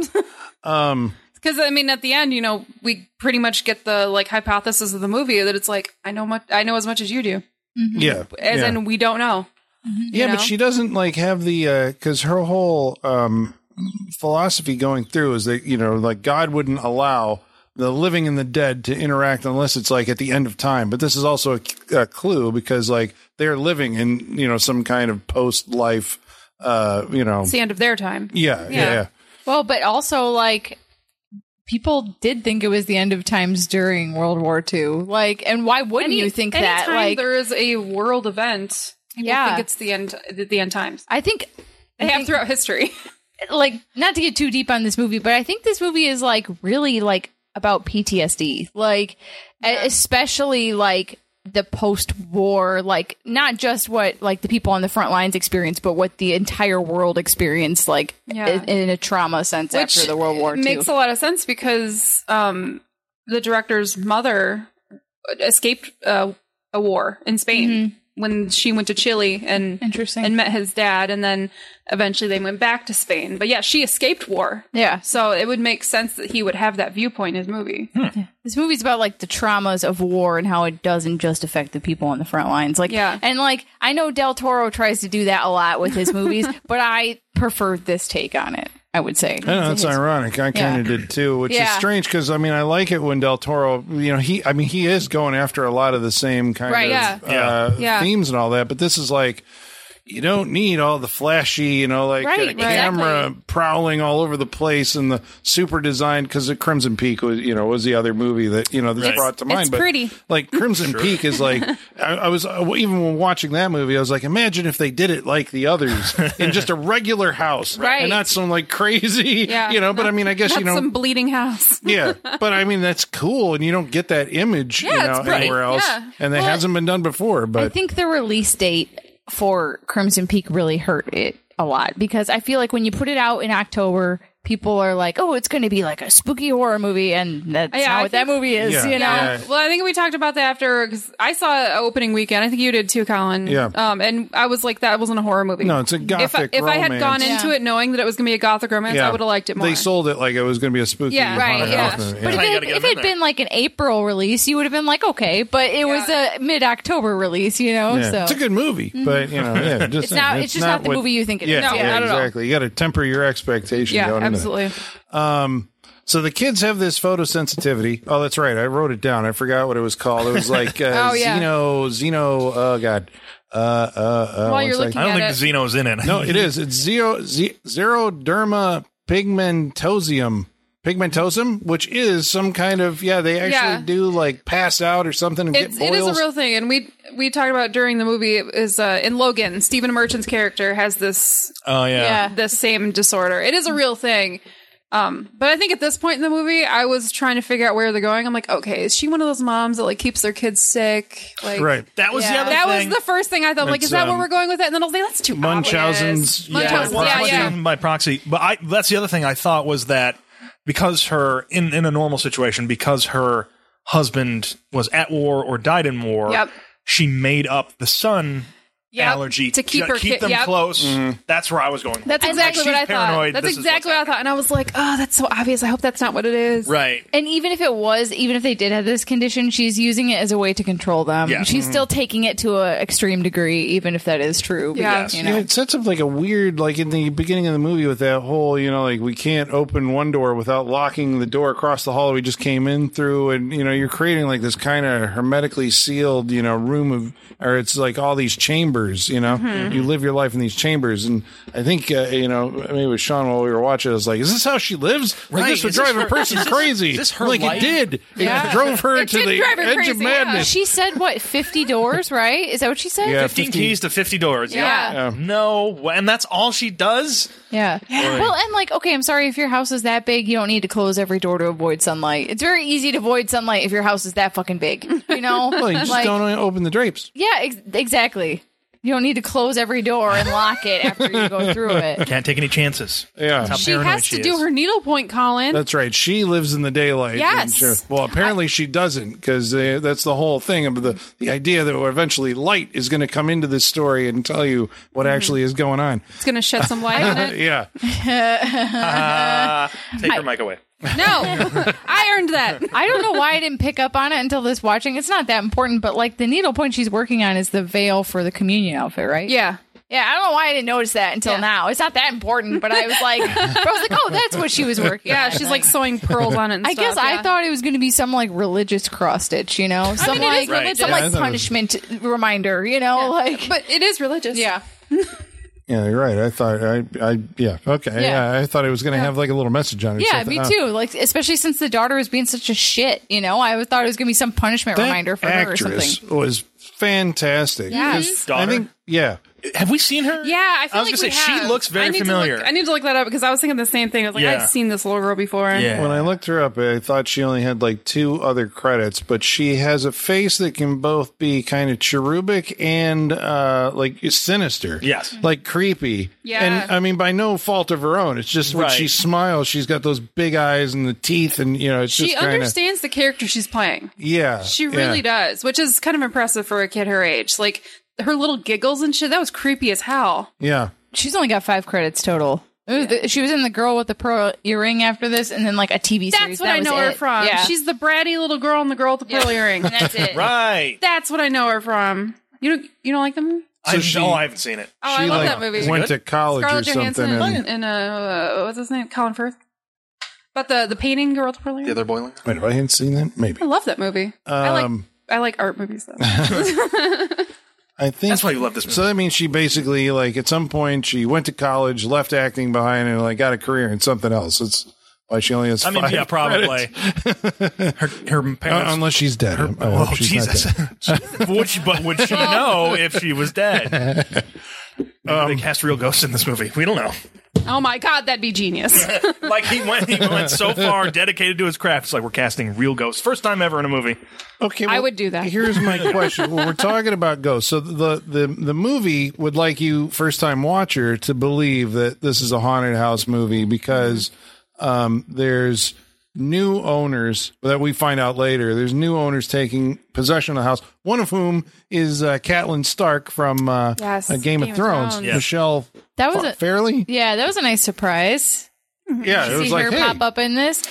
B: um,
E: Because I mean, at the end, you know, we pretty much get the like hypothesis of the movie that it's like I know much, I know as much as you do,
B: yeah,
E: as
B: yeah.
E: in we don't know.
B: Yeah,
E: you
B: but
E: know?
B: she doesn't like have the because her whole um, philosophy going through is that you know like God wouldn't allow the living and the dead to interact unless it's like at the end of time. But this is also a, a clue because like they're living in you know some kind of post life, uh, you know,
E: It's the end of their time.
B: yeah, yeah,
E: yeah.
B: yeah.
D: Well, but also like people did think it was the end of times during World War II. Like, and why wouldn't you think that?
E: anytime
D: Like,
E: there is a world event, people
D: Yeah.
E: think it's the end, the end times.
D: I think
E: They have throughout history.
D: like not to get too deep on this movie, but I think this movie is like really like about PTSD, like e- especially like the post-war like not just what like the people on the front lines experience but what the entire world experienced like
E: Yeah.
D: in, in a trauma sense after the world war ii
E: makes a lot of sense because um, the director's mother escaped uh, a war in Spain when she went to Chile and
D: Mm-hmm. Interesting.
E: and met his dad, and then eventually they went back to Spain. But yeah, she escaped war.
D: yeah
E: So it would make sense that he would have that viewpoint in his movie.
B: Hmm.
D: This movie's about like the traumas of war and how it doesn't just affect the people on the front lines. Like,
E: Yeah.
D: and like I know Del Toro tries to do that a lot with his movies, but I prefer this take on it. I would say.
B: I know, that's ironic. I kind of
D: Yeah.
B: did too, which is
D: Yeah.
B: strange because I mean, I like it when Del Toro, you know, he, I mean, he is going after a lot of the same kind
E: Right,
B: of
E: yeah.
B: Uh,
E: Yeah.
B: themes and all that, but this is like, you don't need all the flashy, you know, like
D: Right,
B: uh,
D: right.
B: camera
D: Exactly.
B: prowling all over the place and the super designed because the Crimson Peak was, you know, was the other movie that you know this brought to mind.
E: it's pretty.
B: like Crimson Peak is like, I, I was uh, even when watching that movie, I was like, imagine if they did it like the others in just a regular house,
E: Right.
B: And not some like crazy,
E: Yeah.
B: you know. But I mean, I guess you
E: Not
B: know,
E: some bleeding house.
B: yeah. But I mean, that's cool, and you don't get that image, you
E: Yeah,
B: know,
E: it's pretty.
B: anywhere else,
E: Yeah.
B: and that
D: Well,
B: hasn't been done before.
D: I
B: But
D: think the release date for Crimson Peak really hurt it a lot because I feel like when you put it out in October, people are like, "Oh, it's going to be like a spooky horror movie," and that's
E: Yeah,
D: not
E: I
D: what that
E: think-
D: movie is.
B: Yeah.
D: You know,
B: Yeah.
E: Well, I think we talked about that after because I saw opening weekend. I think you did too, Colin.
B: Yeah.
E: Um, and I was like, that wasn't a horror movie.
B: No, it's a
E: If I,
B: gothic
E: if I had
B: romance.
E: gone into
D: Yeah.
E: it knowing that it was going to be a gothic romance, I would have liked it more.
B: They sold it like it was going to be a spooky,
E: Yeah, right,
B: haunted
E: yeah.
B: house movie.
D: But
B: Yeah.
D: if
C: Now you
D: it,
C: gotta get
D: if
C: 'em in
D: it'd
C: there.
D: been like an April release, you would have been like, okay. But it was a mid October release, you know?
B: Yeah.
D: So
B: It's a good movie,
E: Mm.
B: but you know, yeah, just
D: It's not- it's just not the movie you think it
B: yeah,
D: is. No,
B: yeah,
E: not at all.
B: exactly. You got to temper your expectations.
E: yeah,
B: going into that.
E: absolutely.
B: Um, so the kids have this photosensitivity. Oh, that's right. I wrote it down. I forgot what it was called. It was like uh,
E: Oh, yeah.
B: Xeno, Xeno. Oh God. Uh, uh, uh,
E: While
B: one
E: you're
B: sec.
E: looking
F: I don't think
E: at it,
F: Zeno's in it.
B: no, it is. It's zero, ze- xeroderma pigmentosium. Pigmentosum, which is some kind of yeah, they actually
E: Yeah.
B: do like pass out or something and
E: it's,
B: get
E: it is
B: boils.
E: a real thing, and we we talked about during the movie it is uh, in Logan. Stephen Merchant's character has this uh,
F: Oh yeah.
D: Yeah.
E: this same disorder. It is a real thing. Um, but I think at this point in the movie, I was trying to figure out where they're going. I'm like, okay, is she one of those moms that like keeps their kids sick? Like,
B: right.
F: That was the
D: Yeah.
F: other
E: That
F: thing.
E: was the first thing I thought. I'm like,
B: It's,
E: is that
B: um,
E: where we're going with it? And then I was like, that's too obvious.
B: Munchausen's- yeah,
E: Munchausen's,
F: by
E: yeah,
F: proxy,
E: yeah.
F: by proxy. But I that's the other thing I thought was that because her in in a normal situation because her husband was at war or died in war,
E: Yep.
F: she made up the son
E: Yep.
F: allergy
E: To keep
F: ju-
E: her
F: keep
E: kid-
F: them
E: yep.
F: close. That's where I was going.
E: That's
D: And, like,
E: exactly what I
F: she's
E: thought.
F: paranoid.
E: That's
F: This is
E: exactly
F: what's
E: what I thought. And I was like, oh, that's so obvious. I hope that's not what it is.
F: Right.
D: and even if it was, even if they did have this condition, she's using it as a way to control them.
F: Yeah.
B: Mm-hmm.
D: She's still taking it to an extreme degree, even if that is true.
E: Yeah.
D: because, you
B: Yeah,
D: know.
B: it sets up like a weird, like in the beginning of the movie with that whole, you know, like we can't open one door without locking the door across the hall we just came in through, and you know, you're creating like this kind of hermetically sealed, you know, room of, or it's like all these chambers, you know,
C: Mm-hmm.
B: you live your life in these chambers, and I think, uh, you know, maybe it was Sean while we were watching, I was like, is this how she lives? Like
C: Right.
B: this would
C: Is this
B: drive a
C: her-
B: person
C: is this-
B: crazy.
C: is this her
B: like
C: life?
B: it did. It
E: Yeah.
B: drove her
E: It
B: to
E: did
B: the edge
E: drive her
B: of
E: crazy, yeah.
B: madness.
D: She said, what, 50 doors, right? Is that what she said?
B: Yeah,
F: 15 keys to 50 doors.
E: Yeah.
B: Yeah.
F: No, and that's all she does?
D: Yeah. Well, and like, okay, I'm sorry if your house is that big, you don't need to close every door to avoid sunlight. It's very easy to avoid sunlight if your house is that fucking big, you know?
B: Well, you just
D: Like,
B: don't open the drapes.
D: Yeah, ex- exactly. You don't need to close every door and lock it after you go through it.
F: Can't take any chances.
B: Yeah.
F: That's how
E: She
F: paranoid
E: has to
F: she
E: do
F: is.
E: her needlepoint, Colin.
B: That's right. She lives in the daylight. and
E: Yes.
B: sure- well, apparently she doesn't because that's the whole thing of the the idea that eventually light is going to come into this story and tell you what
D: Mm-hmm.
B: actually is going on.
E: it's going to shed some light on it.
B: Yeah.
F: Take her mic away.
E: No, I earned that.
D: I don't know why I didn't pick up on it until this watching. It's not that important, but like the needle point she's working on is the veil for the communion outfit, right?
E: Yeah.
D: Yeah, I don't know why I didn't notice that until
E: Yeah.
D: now. It's not that important, but I was like, I was like, oh, that's what she was working.
E: Yeah,
D: on.
E: she's like sewing pearls on it. And
D: I
E: stuff,
D: guess I
E: yeah.
D: thought it was going to be some like religious cross stitch, you know, some
E: mean, it
D: like
E: is religious.
D: some
E: Yeah,
B: I
D: like
B: thought it was-
D: punishment reminder, you know, like.
E: but it is religious.
D: yeah,
B: Yeah, you're right. I thought I, I yeah, okay. Yeah,
D: Yeah.
B: I thought it was going to have like a little message on it.
D: yeah,
B: So I
D: me
B: thought, oh.
D: too. Like, especially since the daughter was being such a shit, you know, I thought it was going to be some punishment
B: That
D: reminder for her or
B: actress
D: something.
B: was fantastic.
D: Yes.
B: I think yeah.
F: Have we seen her?
E: Yeah, I feel
F: was
E: like
F: gonna say,
E: we
F: she
E: have.
F: looks very
E: I need
F: familiar.
E: To look, I need to look that up because I was thinking the same thing. I was like,
F: Yeah.
E: I've seen this little girl before.
F: Yeah.
B: When I looked her up, I thought she only had like two other credits, but she has a face that can both be kind of cherubic and uh like sinister.
F: Yes.
B: Like creepy.
E: Yeah.
B: And I mean by no fault of her own. It's just when
F: Right.
B: she smiles, she's got those big eyes and the teeth and you know, it's
E: She
B: just kind of
E: understands the character she's playing.
B: Yeah.
E: She really does, which is kind of impressive for a kid her age. Like her little giggles and shit, that was creepy as hell.
B: Yeah.
E: Oh,
D: She's only got five credits total. Ooh, the, she was in the girl with the pearl earring after this, and then like a TV series.
E: That's what
D: That
E: I
D: was
E: know her
D: it.
E: from.
D: Yeah.
E: She's the bratty little girl and the girl with the pearl earring.
D: that's it.
F: Right.
E: That's what I know her from. You don't, you don't like them?
F: I,
B: she-
F: no, I haven't seen it.
E: Oh, I
B: She,
E: love
B: like,
E: that movie.
B: Went
F: Is it
B: to college
E: Scarlett
B: or something.
E: Johansson
B: and-
E: and, and uh, what was his name? Colin Firth. But the the painting girl with the pearl earring.
F: The other boiling.
B: Wait, have I hadn't seen that? Maybe.
E: I love that movie. I like
B: Um,
E: I like art movies though.
B: I think
F: That's why you love this movie.
B: So that means she basically like at some point she went to college, left acting behind, and like got a career in something else. That's why she only has.
F: I mean,
B: five
F: yeah, probably.
B: credits.
F: her her
B: Uh,
F: parents.
B: unless she's dead. I
F: oh,
B: hope she's not
F: Jesus.
B: dead.
F: would she, but would she know if she was dead? Maybe
B: Um,
F: they cast real ghosts in this movie. We don't know.
E: oh my god, that'd be genius.
F: Like he went, he went so far, dedicated to his craft. It's like we're casting real ghosts, first time ever in a movie.
B: Okay, well,
E: would do that.
B: Here's my question: When we're talking about ghosts, so the the the movie would like you, first time watcher, to believe that this is a haunted house movie because um, there's new owners that we find out later. There's new owners taking possession of the house. One of whom is uh, Catelyn Stark from uh,
E: Yes,
B: uh, Game, of Thrones.
E: Thrones.
F: Yeah.
B: Michelle
D: That was
B: Fa-
D: a-
B: Fairley.
D: yeah, that was a nice surprise.
B: Yeah, it
D: See
B: was like,
D: her
B: hey,
D: pop up in this.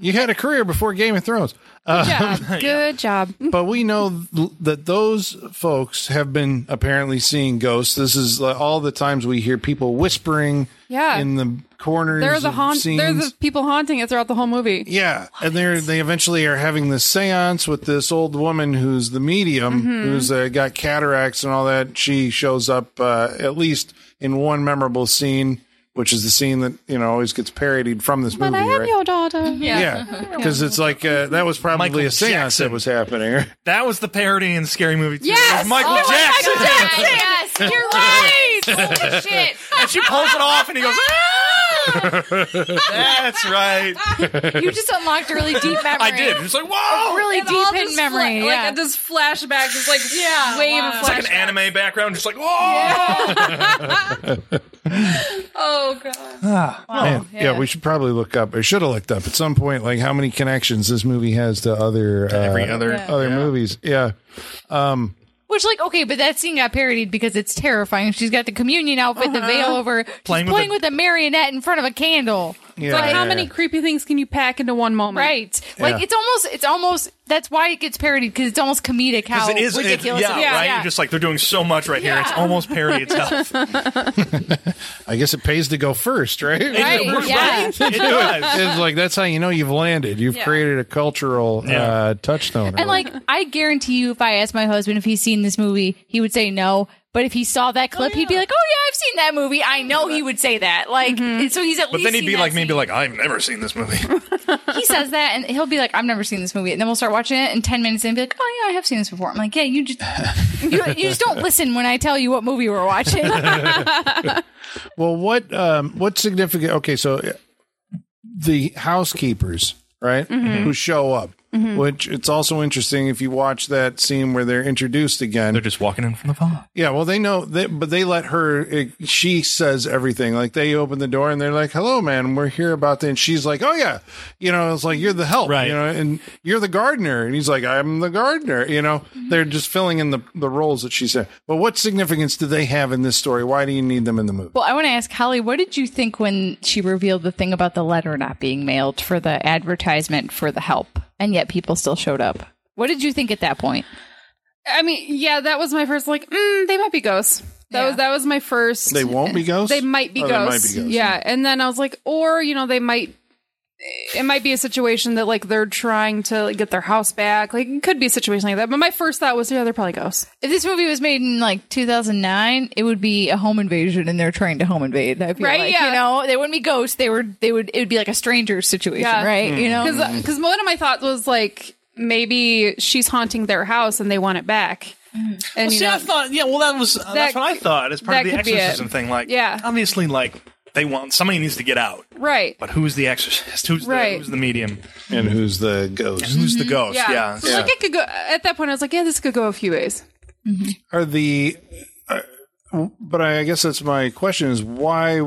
B: you had a career before Game of Thrones.
E: Yeah.
D: Good job.
B: but we know th- that those folks have been apparently seeing ghosts. This is uh, all the times we hear people whispering
E: Yeah.
B: in the corners.
E: They're the
B: of
E: haunt.
B: scenes.
E: They're the people haunting it throughout the whole movie.
B: yeah, and they're they eventually are having this séance with this old woman who's the medium,
E: Mm-hmm.
B: who's uh, got cataracts and all that. She shows up uh, at least in one memorable scene, which is the scene that you know always gets parodied from this movie, right?
E: daughter. Yeah.
B: yeah, because it's like uh, that was probably
F: Michael
B: a séance
F: Jackson.
B: that was happening.
F: That was the parody in Scary Movie. Two.
E: Yes!
F: It was Michael
E: Oh, it was
F: Jackson.
E: Michael
D: yes,
E: Jackson.
D: you're right. Holy shit.
F: and she pulls it off, and he goes, "That's right."
D: Ah! You just unlocked a really deep memory.
F: I did. It's like, whoa!
D: Really
E: And all
D: deep
E: this
D: in memory.
E: fla-
D: yeah.
E: Like this flashback, just like yeah, wave of
D: wow.
E: flashback.
D: It's
F: Like an anime background, just like, whoa!
E: oh god.
B: Man, yeah. we should probably look up. I should have looked up at some point, like how many connections this movie has to other uh,
F: Every other- Yeah.
B: other movies. Yeah,
D: Which, like, okay, but that scene got parodied because it's terrifying. She's got the communion outfit, the veil over, she's
F: Uh-huh. Playing
D: playing,
F: with a-
D: with, a marionette in front of a candle.
B: yeah.
E: It's like how
B: yeah.
E: many creepy things can you pack into one moment?
D: Right. Like,
B: Yeah.
D: it's almost, it's almost, that's why it gets parodied because it's almost comedic how
F: It is it-
D: ridiculous
F: yeah,
D: it is.
F: right. You're just like they're doing so much right here. It's almost parody itself.
B: I guess it pays to go first, right?
D: Right,
F: It-
D: yeah.
F: right? It does.
B: It's like that's how you know you've landed. You've created a cultural uh,
F: Yeah.
B: touchstone.
D: And like, I guarantee you, if I asked my husband if he's seen this movie, he would say no. But if he saw that clip, he'd be like, "Oh yeah, I've seen that movie. I know he would say that." Like,
E: Mm-hmm.
D: so he's at
F: But
D: least.
F: then he'd
D: seen
F: be
D: that
F: like me, and be
D: scene.
F: like, I've never seen this movie.
D: he says that, and he'll be like, "I've never seen this movie." And then we'll start watching it, and ten minutes in, be like, "Oh yeah, I have seen this before." I'm like, "Yeah, you just you, you just don't listen when I tell you what movie we're watching."
B: well, what um, what significant? Okay, so uh, the housekeepers, right, who show up. Which it's also interesting if you watch that scene where they're introduced again.
F: They're just walking in from the fog.
B: Yeah, well, they know, they, but they let her. It, she says everything. Like they open the door and they're like, "Hello, man, we're here about this." And she's like, "Oh yeah, you know." It's like you're the help,
F: Right.
B: You know, and you're the gardener, and he's like, "I'm the gardener." You know,
E: Mm-hmm.
B: they're just filling in the the roles that she said. But what significance do they have in this story? Why do you need them in the movie?
D: Well, I want to ask Holly, what did you think when she revealed the thing about the letter not being mailed for the advertisement for the help, and yet people still showed up? What did you think at that point?
E: I mean, yeah, that was my first like, mm, they might be ghosts. That
D: Yeah.
E: was that was my first
B: They won't be ghosts.
E: they might be
B: Oh, they might
E: ghosts.
B: be ghosts,
E: Yeah. And then I was like, or, you know, they might it might be a situation that like they're trying to like, get their house back. Like it could be a situation like that. But my first thought was, yeah, they're probably ghosts.
D: If this movie was made in like 2009, it would be a home invasion, and they're trying to home invade. I feel
E: Right,
D: like,
E: yeah.
D: You know, they wouldn't be ghosts. They were. They would. It would be like a stranger situation,
E: Yeah. Hmm.
D: right? You
E: Oh,
D: know,
E: Because one of my thoughts was like maybe she's haunting their house and they want it back. And you
F: See,
E: know,
F: I thought, yeah, well, that was uh, that's
E: That-
F: what I thought as part of
E: that
F: the
E: could be
F: exorcism
E: it.
F: thing. Like,
E: Yeah.
F: obviously, like they want somebody needs to get out,
E: right.
F: but who's the exorcist? Who's
E: Right. Mm-hmm.
F: the who's the medium?
B: and who's the ghost?
F: Who's the ghost?
E: Yeah.
F: Yeah,
E: So, Like it could go at that point I was like, yeah, this could go a few ways.
B: Are the? Uh, but I guess that's my question: is why?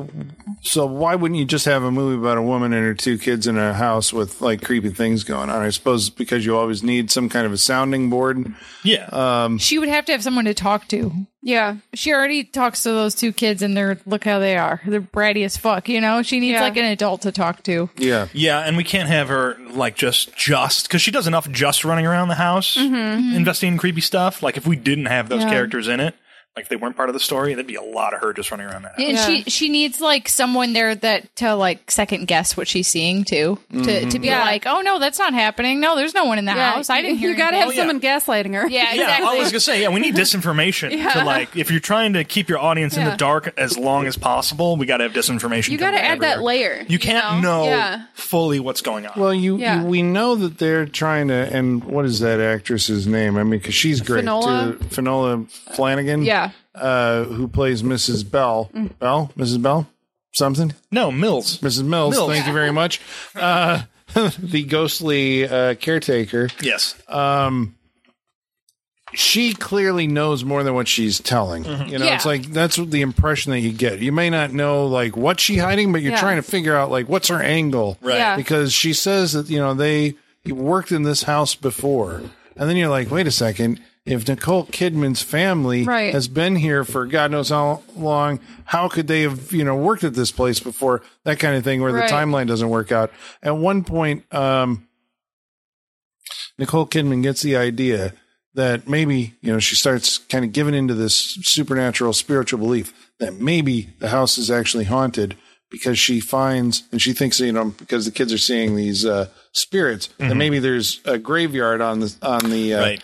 B: So why wouldn't you just have a movie about a woman and her two kids in a house with like creepy things going on? I suppose because you always need some kind of a sounding board.
F: yeah.
D: she would have to have someone to talk to.
E: Yeah.
D: She already talks to those two kids, and they're look how they are. They're bratty as fuck. You know, she needs
E: Yeah.
D: like an adult to talk to.
B: Yeah,
F: Yeah, and we can't have her like just just because she does enough just running around the house
E: Mm-hmm.
F: investigating creepy stuff. Like if we didn't have those
D: Yeah.
F: characters in it, like if they weren't part of the story, there'd be a lot of her just running around that. house.
D: And
E: Yeah.
D: she she needs like someone there that to like second guess what she's seeing too to to be
E: Yeah.
D: like oh no that's not happening no there's no one in the
E: Yeah.
D: house I didn't hear
E: you gotta have
D: anything."
F: Oh, yeah.
E: someone gaslighting her.
D: yeah exactly
F: Yeah, I was gonna say yeah, we need disinformation
E: Yeah.
F: to like if you're trying to keep your audience in
E: Yeah.
F: the dark as long as possible, we got to have disinformation.
E: You gotta
F: covered
E: add that
F: everywhere.
E: layer,
F: You
E: you
F: can't
E: know?
F: know,
E: Yeah.
F: fully what's going on.
B: Well, you,
E: Yeah.
B: you- we know that they're trying to, and what is that actress's name? I mean, because she's great
E: Finola?
B: too. Finola Flanagan,
E: Yeah. Mm.
B: uh, who plays Mrs. Bell, Bell, Mrs. Bell, something,
F: no, Mills.
B: Mrs. Mills.
F: Mills.
B: Thank you very much. Uh, the ghostly uh, caretaker.
F: Yes,
B: She clearly knows more than what she's telling. You know,
E: Yeah.
B: it's like that's the impression that you get. You may not know like what she's hiding, but you're
E: Yeah.
B: trying to figure out like what's her angle,
F: right.
E: Yeah.
B: because she says that you know they worked in this house before, and then you're like, wait a second. If Nicole Kidman's family
E: Right.
B: has been here for God knows how long, how could they have you know worked at this place before? That kind of thing, where
E: Right.
B: the timeline doesn't work out. At one point, um, Nicole Kidman gets the idea that maybe you know she starts kind of giving into this supernatural spiritual belief that maybe the house is actually haunted because she finds and she thinks you know because the kids are seeing these uh, spirits that maybe there's a graveyard on the on the uh,
F: Right.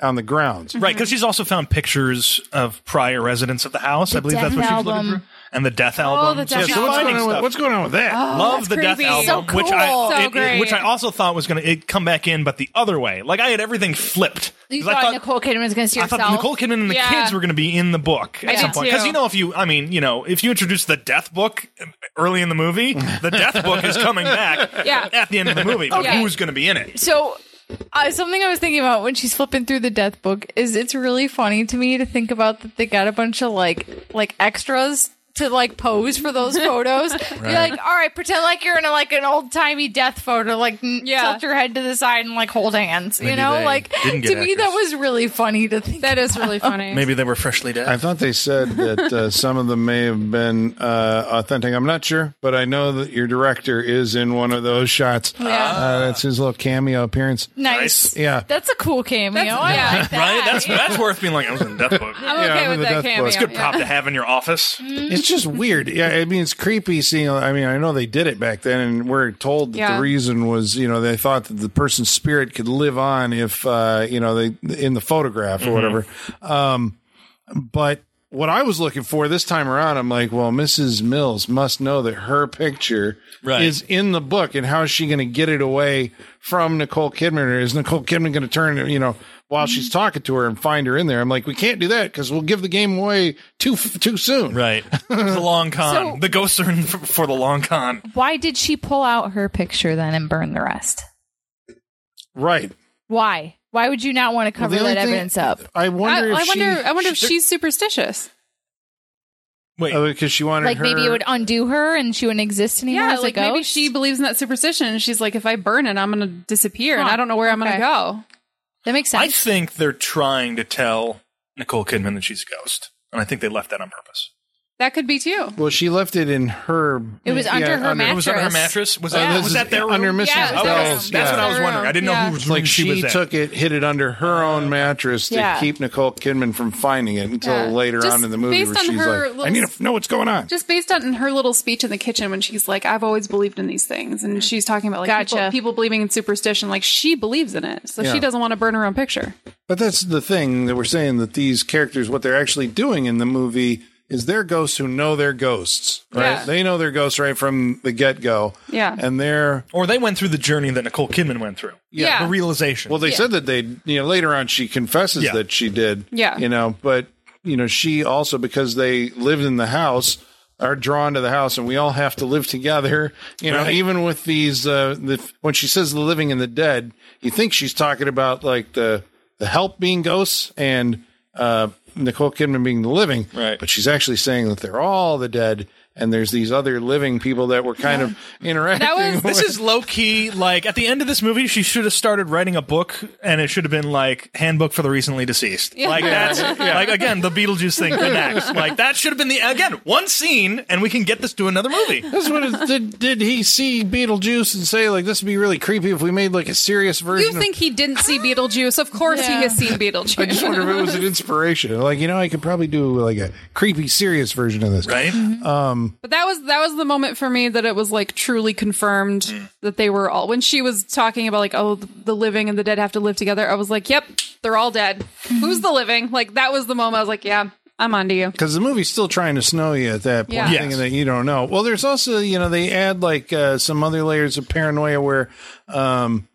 B: on the grounds
F: Right, because she's also found pictures of prior residents of the house. I believe
D: death
F: that's what she was
D: album.
F: looking through. And the death album.
E: the death
F: she's
E: album.
B: what's
F: finding
B: going, on with,
F: stuff.
B: what's going on with that
F: Love the
E: Oh, creepy.
F: death
E: So
F: album, which I
D: cool.
E: So
F: it- it-
E: great.
F: which I also thought was going to come back in, but the other way. Like I had everything flipped. 'Cause
D: you
F: I
D: thought, Nicole Kidman was gonna see
F: I
D: herself
F: thought Nicole Kidman and the
E: Yeah.
F: kids were going to be in the book at
E: did
F: some point because
E: too.
F: you know if you I mean you know if you introduce the death book um, early in the movie, the death book is coming back
E: Yeah.
F: at the end of the movie. But
E: Okay.
F: who's going to be in it?
D: so uh, something I was thinking about when she's flipping through the death book is it's really funny to me to think about that they got a bunch of like like extras to like pose for those photos. You're like, all right, pretend like you're in a, like an old timey death photo, like n-
E: Yeah.
D: tilt your head to the side and like hold hands. you
F: Maybe
D: know,
F: they
D: like to
F: didn't get
D: me that
F: actors.
D: was really funny to think.
E: That is really funny.
F: Maybe they were freshly dead.
B: I thought they said that uh, some of them may have been uh, authentic. I'm not sure, but I know that your director is in one of those shots. Uh, that's his little cameo appearance.
D: nice.
B: Yeah.
D: That's a cool cameo.
E: That's-
D: I
E: yeah.
D: like that.
F: Right? That's that's worth being like I was in the death book.
E: I'm
B: Yeah,
E: okay
B: I'm
E: with
B: the
E: that
B: death
E: cameo.
B: book. It's
F: Good
E: yeah. Mm.
F: prop to have in your office.
B: It's just weird. Yeah, I mean, it's creepy seeing. I mean, I know they did it back then, and we're told that
E: Yeah.
B: the reason was, you know, they thought that the person's spirit could live on if, uh, you know, they in the photograph or whatever. Um, but what I was looking for this time around, I'm like, well, Mrs. Mills must know that her picture
F: Right.
B: is in the book, and how is she going to get it away from Nicole Kidman? Or is Nicole Kidman going to turn, you know, while she's talking to her and find her in there? I'm like, we can't do that because we'll give the game away too too soon.
F: Right. the long con.
D: So-
F: the ghosts are in for, for the long con.
D: Why did she pull out her picture then and burn the rest?
B: Right.
D: Why? Why would you not want to cover
B: The only
D: that
B: thing-
D: evidence up?
B: I
E: I,
B: wonder.
E: I
B: if
E: wonder.
B: She, Oh,
E: I wonder if she's superstitious.
F: Wait,
B: because she wanted
D: Like
B: her,
D: maybe it would undo her and she wouldn't exist anymore.
E: Yeah,
D: as a
E: like maybe
D: ghost?
E: she believes in that superstition. And she's like, if I burn it, I'm going to disappear, and
D: Huh,
E: I don't know where I'm
D: okay.
E: going to
D: That makes
F: I
D: sense.
F: think they're trying to tell Nicole Kidman that she's a ghost, and I think they left that on purpose.
E: go. That could be too.
B: Well, she left it in her.
D: It was under her
F: It was under her
D: Mattress.
F: mattress. Was
B: Oh,
F: that
B: this
F: was
B: is
F: that their
B: under
F: room?
B: Mrs.
E: Yeah, it was their
B: Bell's.
E: room.
F: That's
E: Yeah.
F: what I was wondering. I didn't
E: Yeah.
F: know who
B: It's
F: was
B: like she,
F: was
B: took it, hid it under her
E: Oh,
B: own mattress to
D: Yeah.
B: keep Nicole Kidman from finding it until
E: Yeah.
B: later
E: Just
B: on in the movie
E: based
B: where
E: on
B: she's
E: her
B: like,
E: little-
B: "I need to know what's going on."
E: Just based on her little speech in the kitchen when she's like, "I've always believed in these things," and she's talking about like
D: Gotcha.
E: people, people believing in superstition. Like she believes in it, so
B: Yeah.
E: she doesn't want to burn her own picture.
B: But that's the thing that we're saying that these characters, what they're actually doing in the movie is they're ghosts who know they're ghosts, right?
E: Yeah.
B: They know they're ghosts right from the get go.
E: Yeah.
B: And they're,
F: Or they went through the journey that Nicole Kidman went through.
E: Yeah.
F: The realization.
B: well, they said that they, you know, later on she confesses
F: Yeah.
B: that she did.
E: Yeah.
B: You know, but, you know, she also, because they lived in the house, are drawn to the house and we all have to live together. You know,
F: Right.
B: even with these, uh, the, when she says the living and the dead, you think she's talking about like the, the help being ghosts and, uh, Nicole Kidman being the living,
F: Right.
B: But she's actually saying that they're all the dead, and there's these other living people that were kind of interacting.
E: was-
B: with.
F: this is low key. Like at the end of this movie, she should have started writing a book, and it should have been like handbook for the recently deceased. Like that's like again the Beetlejuice thing for next. Like that should have been the again one scene, and we can get this to another movie.
B: That's what it, did, did he see Beetlejuice and say like this would be really creepy if we made like a serious
E: You
B: version?
E: think he didn't see Beetlejuice? Of course,
D: Yeah.
E: he has seen
B: of, I just
E: Beetlejuice.
B: wonder if it was an inspiration. Like you know, I could probably do like a creepy, serious version of this.
F: Right?
E: But that was that was the moment for me that it was like truly confirmed
B: Hmm.
E: that they were all when she was talking about like oh the living and the dead have to live together. I was like, yep, they're all dead. Who's the living? Like that was the moment I was like, yeah, I'm onto you.
B: because the movie's still trying to snow you at that point,
E: Yeah.
F: Yes.
B: thinking that you don't know. Well, there's also you know they add like uh, some other layers of paranoia where um,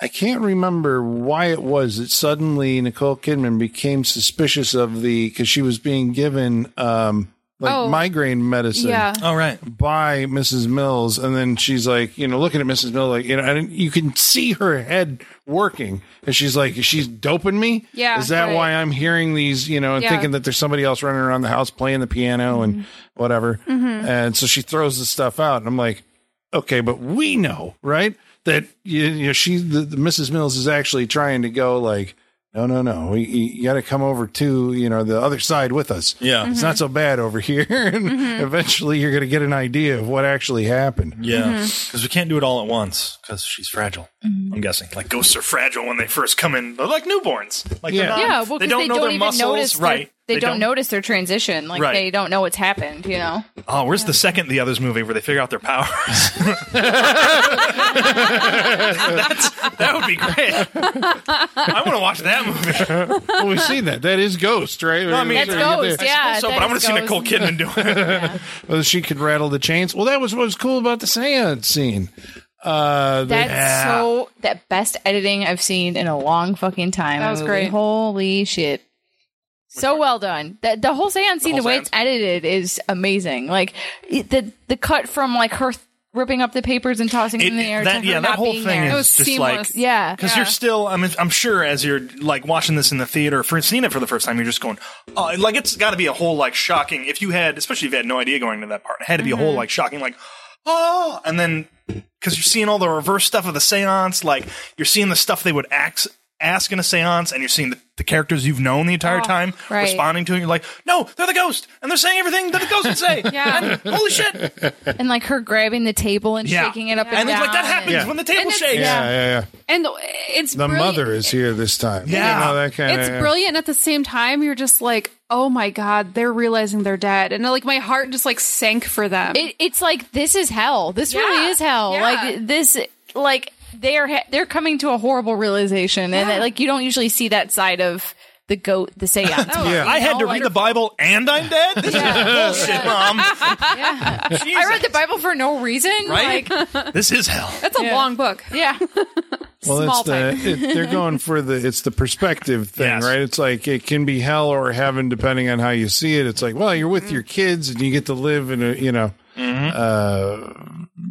B: I can't remember why it was that suddenly Nicole Kidman became suspicious of the because she was being given um, like
E: Oh.
B: migraine medicine
E: Yeah.
F: All right.
B: by Mrs. Mills, and then she's like, you know, looking at Mrs. Mills, like, you know, and you can see her head working, and she's like, she's doping me.
E: Yeah,
B: is that
E: right.
B: why I'm hearing these, you know, and
E: Yeah. Mm-hmm.
B: thinking that there's somebody else running around the house playing the piano and whatever, and so she throws the stuff out, and I'm like, okay, but we know, right, that you, you know, she, the, the Mrs. Mills is actually trying to go like. No, no, no. We, you you got to come over to you know the other side with us.
F: Yeah.
B: It's not so bad over here. and Eventually, you're going to get an idea of what actually happened.
F: Yeah,
D: Mm-hmm.
F: because we can't do it all at once because she's fragile. I'm guessing. Like ghosts are fragile when they first come in. They're like newborns. Like
B: Yeah.
F: they're not,
D: yeah, well,
F: they
D: 'cause
F: don't know their
D: even
F: muscles.
D: notice their-
F: right?
D: They, don't, notice their transition. Like
F: Right.
D: they don't know what's happened. You know.
F: Oh, where's the second The Others movie where they figure out their powers? That's, that would be great. I want to watch that movie.
B: well, we've seen that. That is Ghost, right?
F: I mean,
D: That's
F: Sure,
D: ghost. Yeah.
F: so, but
D: that
F: I want
D: is
F: to see
D: ghost.
F: Nicole Kidman do it.
B: Well, she could rattle the chains. Well, that was what was cool about the seance scene. Uh, the-
D: That's so that best editing I've seen in a long fucking time.
E: That was
D: A movie.
E: great.
D: Holy shit. So well done. The, the whole seance scene, the,
F: whole
D: way
F: seance.
D: it's edited, is amazing. Like it- the the cut from like her th- ripping up the papers and tossing
F: It-
D: them in the air. to
F: that,
D: her
F: yeah,
D: not
F: that whole
D: being
F: thing
D: there.
F: is
E: It was
F: just
E: seamless.
F: like
D: yeah.
F: Because you're still, I mean, I'm sure as you're like watching this in the theater, for seeing it for the first time, you're just going, oh, like it's got to be a whole like shocking. If you had, especially if you had no idea going into that part, it had to be a
D: Mm-hmm.
F: whole like shocking, like, oh, and then because you're seeing all the reverse stuff of the seance, like you're seeing the stuff they would ask, ask in a seance, and you're seeing the, the characters you've known the entire time
D: Oh, right.
F: responding to it. You're like, no, they're the ghost, and they're saying everything that the ghost would say.
E: Yeah.
F: And holy shit.
D: and like her grabbing the table and
F: Yeah.
D: shaking it up
F: And
D: and,
F: it's
D: down.
F: like that happens
B: Yeah.
F: when the table
E: And it's-
F: shakes.
B: yeah, yeah, yeah.
E: And it's
B: The
E: brilliant.
B: mother is here this time.
F: Yeah.
B: You know, that kind
E: It's
B: of,
E: brilliant. At the same time, you're just like, oh my god, they're realizing they're dead, and like my heart just like sank for them.
D: It, it's like this is hell. This
E: Yeah.
D: really is hell.
E: Yeah.
D: Like this, like they're ha- they're coming to a horrible realization, and that, like you don't usually see that side of the goat, the seance.
E: Oh,
B: Yeah.
F: I had to read the Bible and I'm dead? This is bullshit, mom.
D: I read the Bible for no reason.
F: Right?
D: Like,
F: This is hell.
E: That's a long book.
D: yeah.
B: well,
E: small
B: it's the, it, they're going for the it's the perspective thing,
F: Yes.
B: right? It's like it can be hell or heaven depending on how you
E: Mm.
B: see it. It's like, well, you're with your kids and you get to live in a you know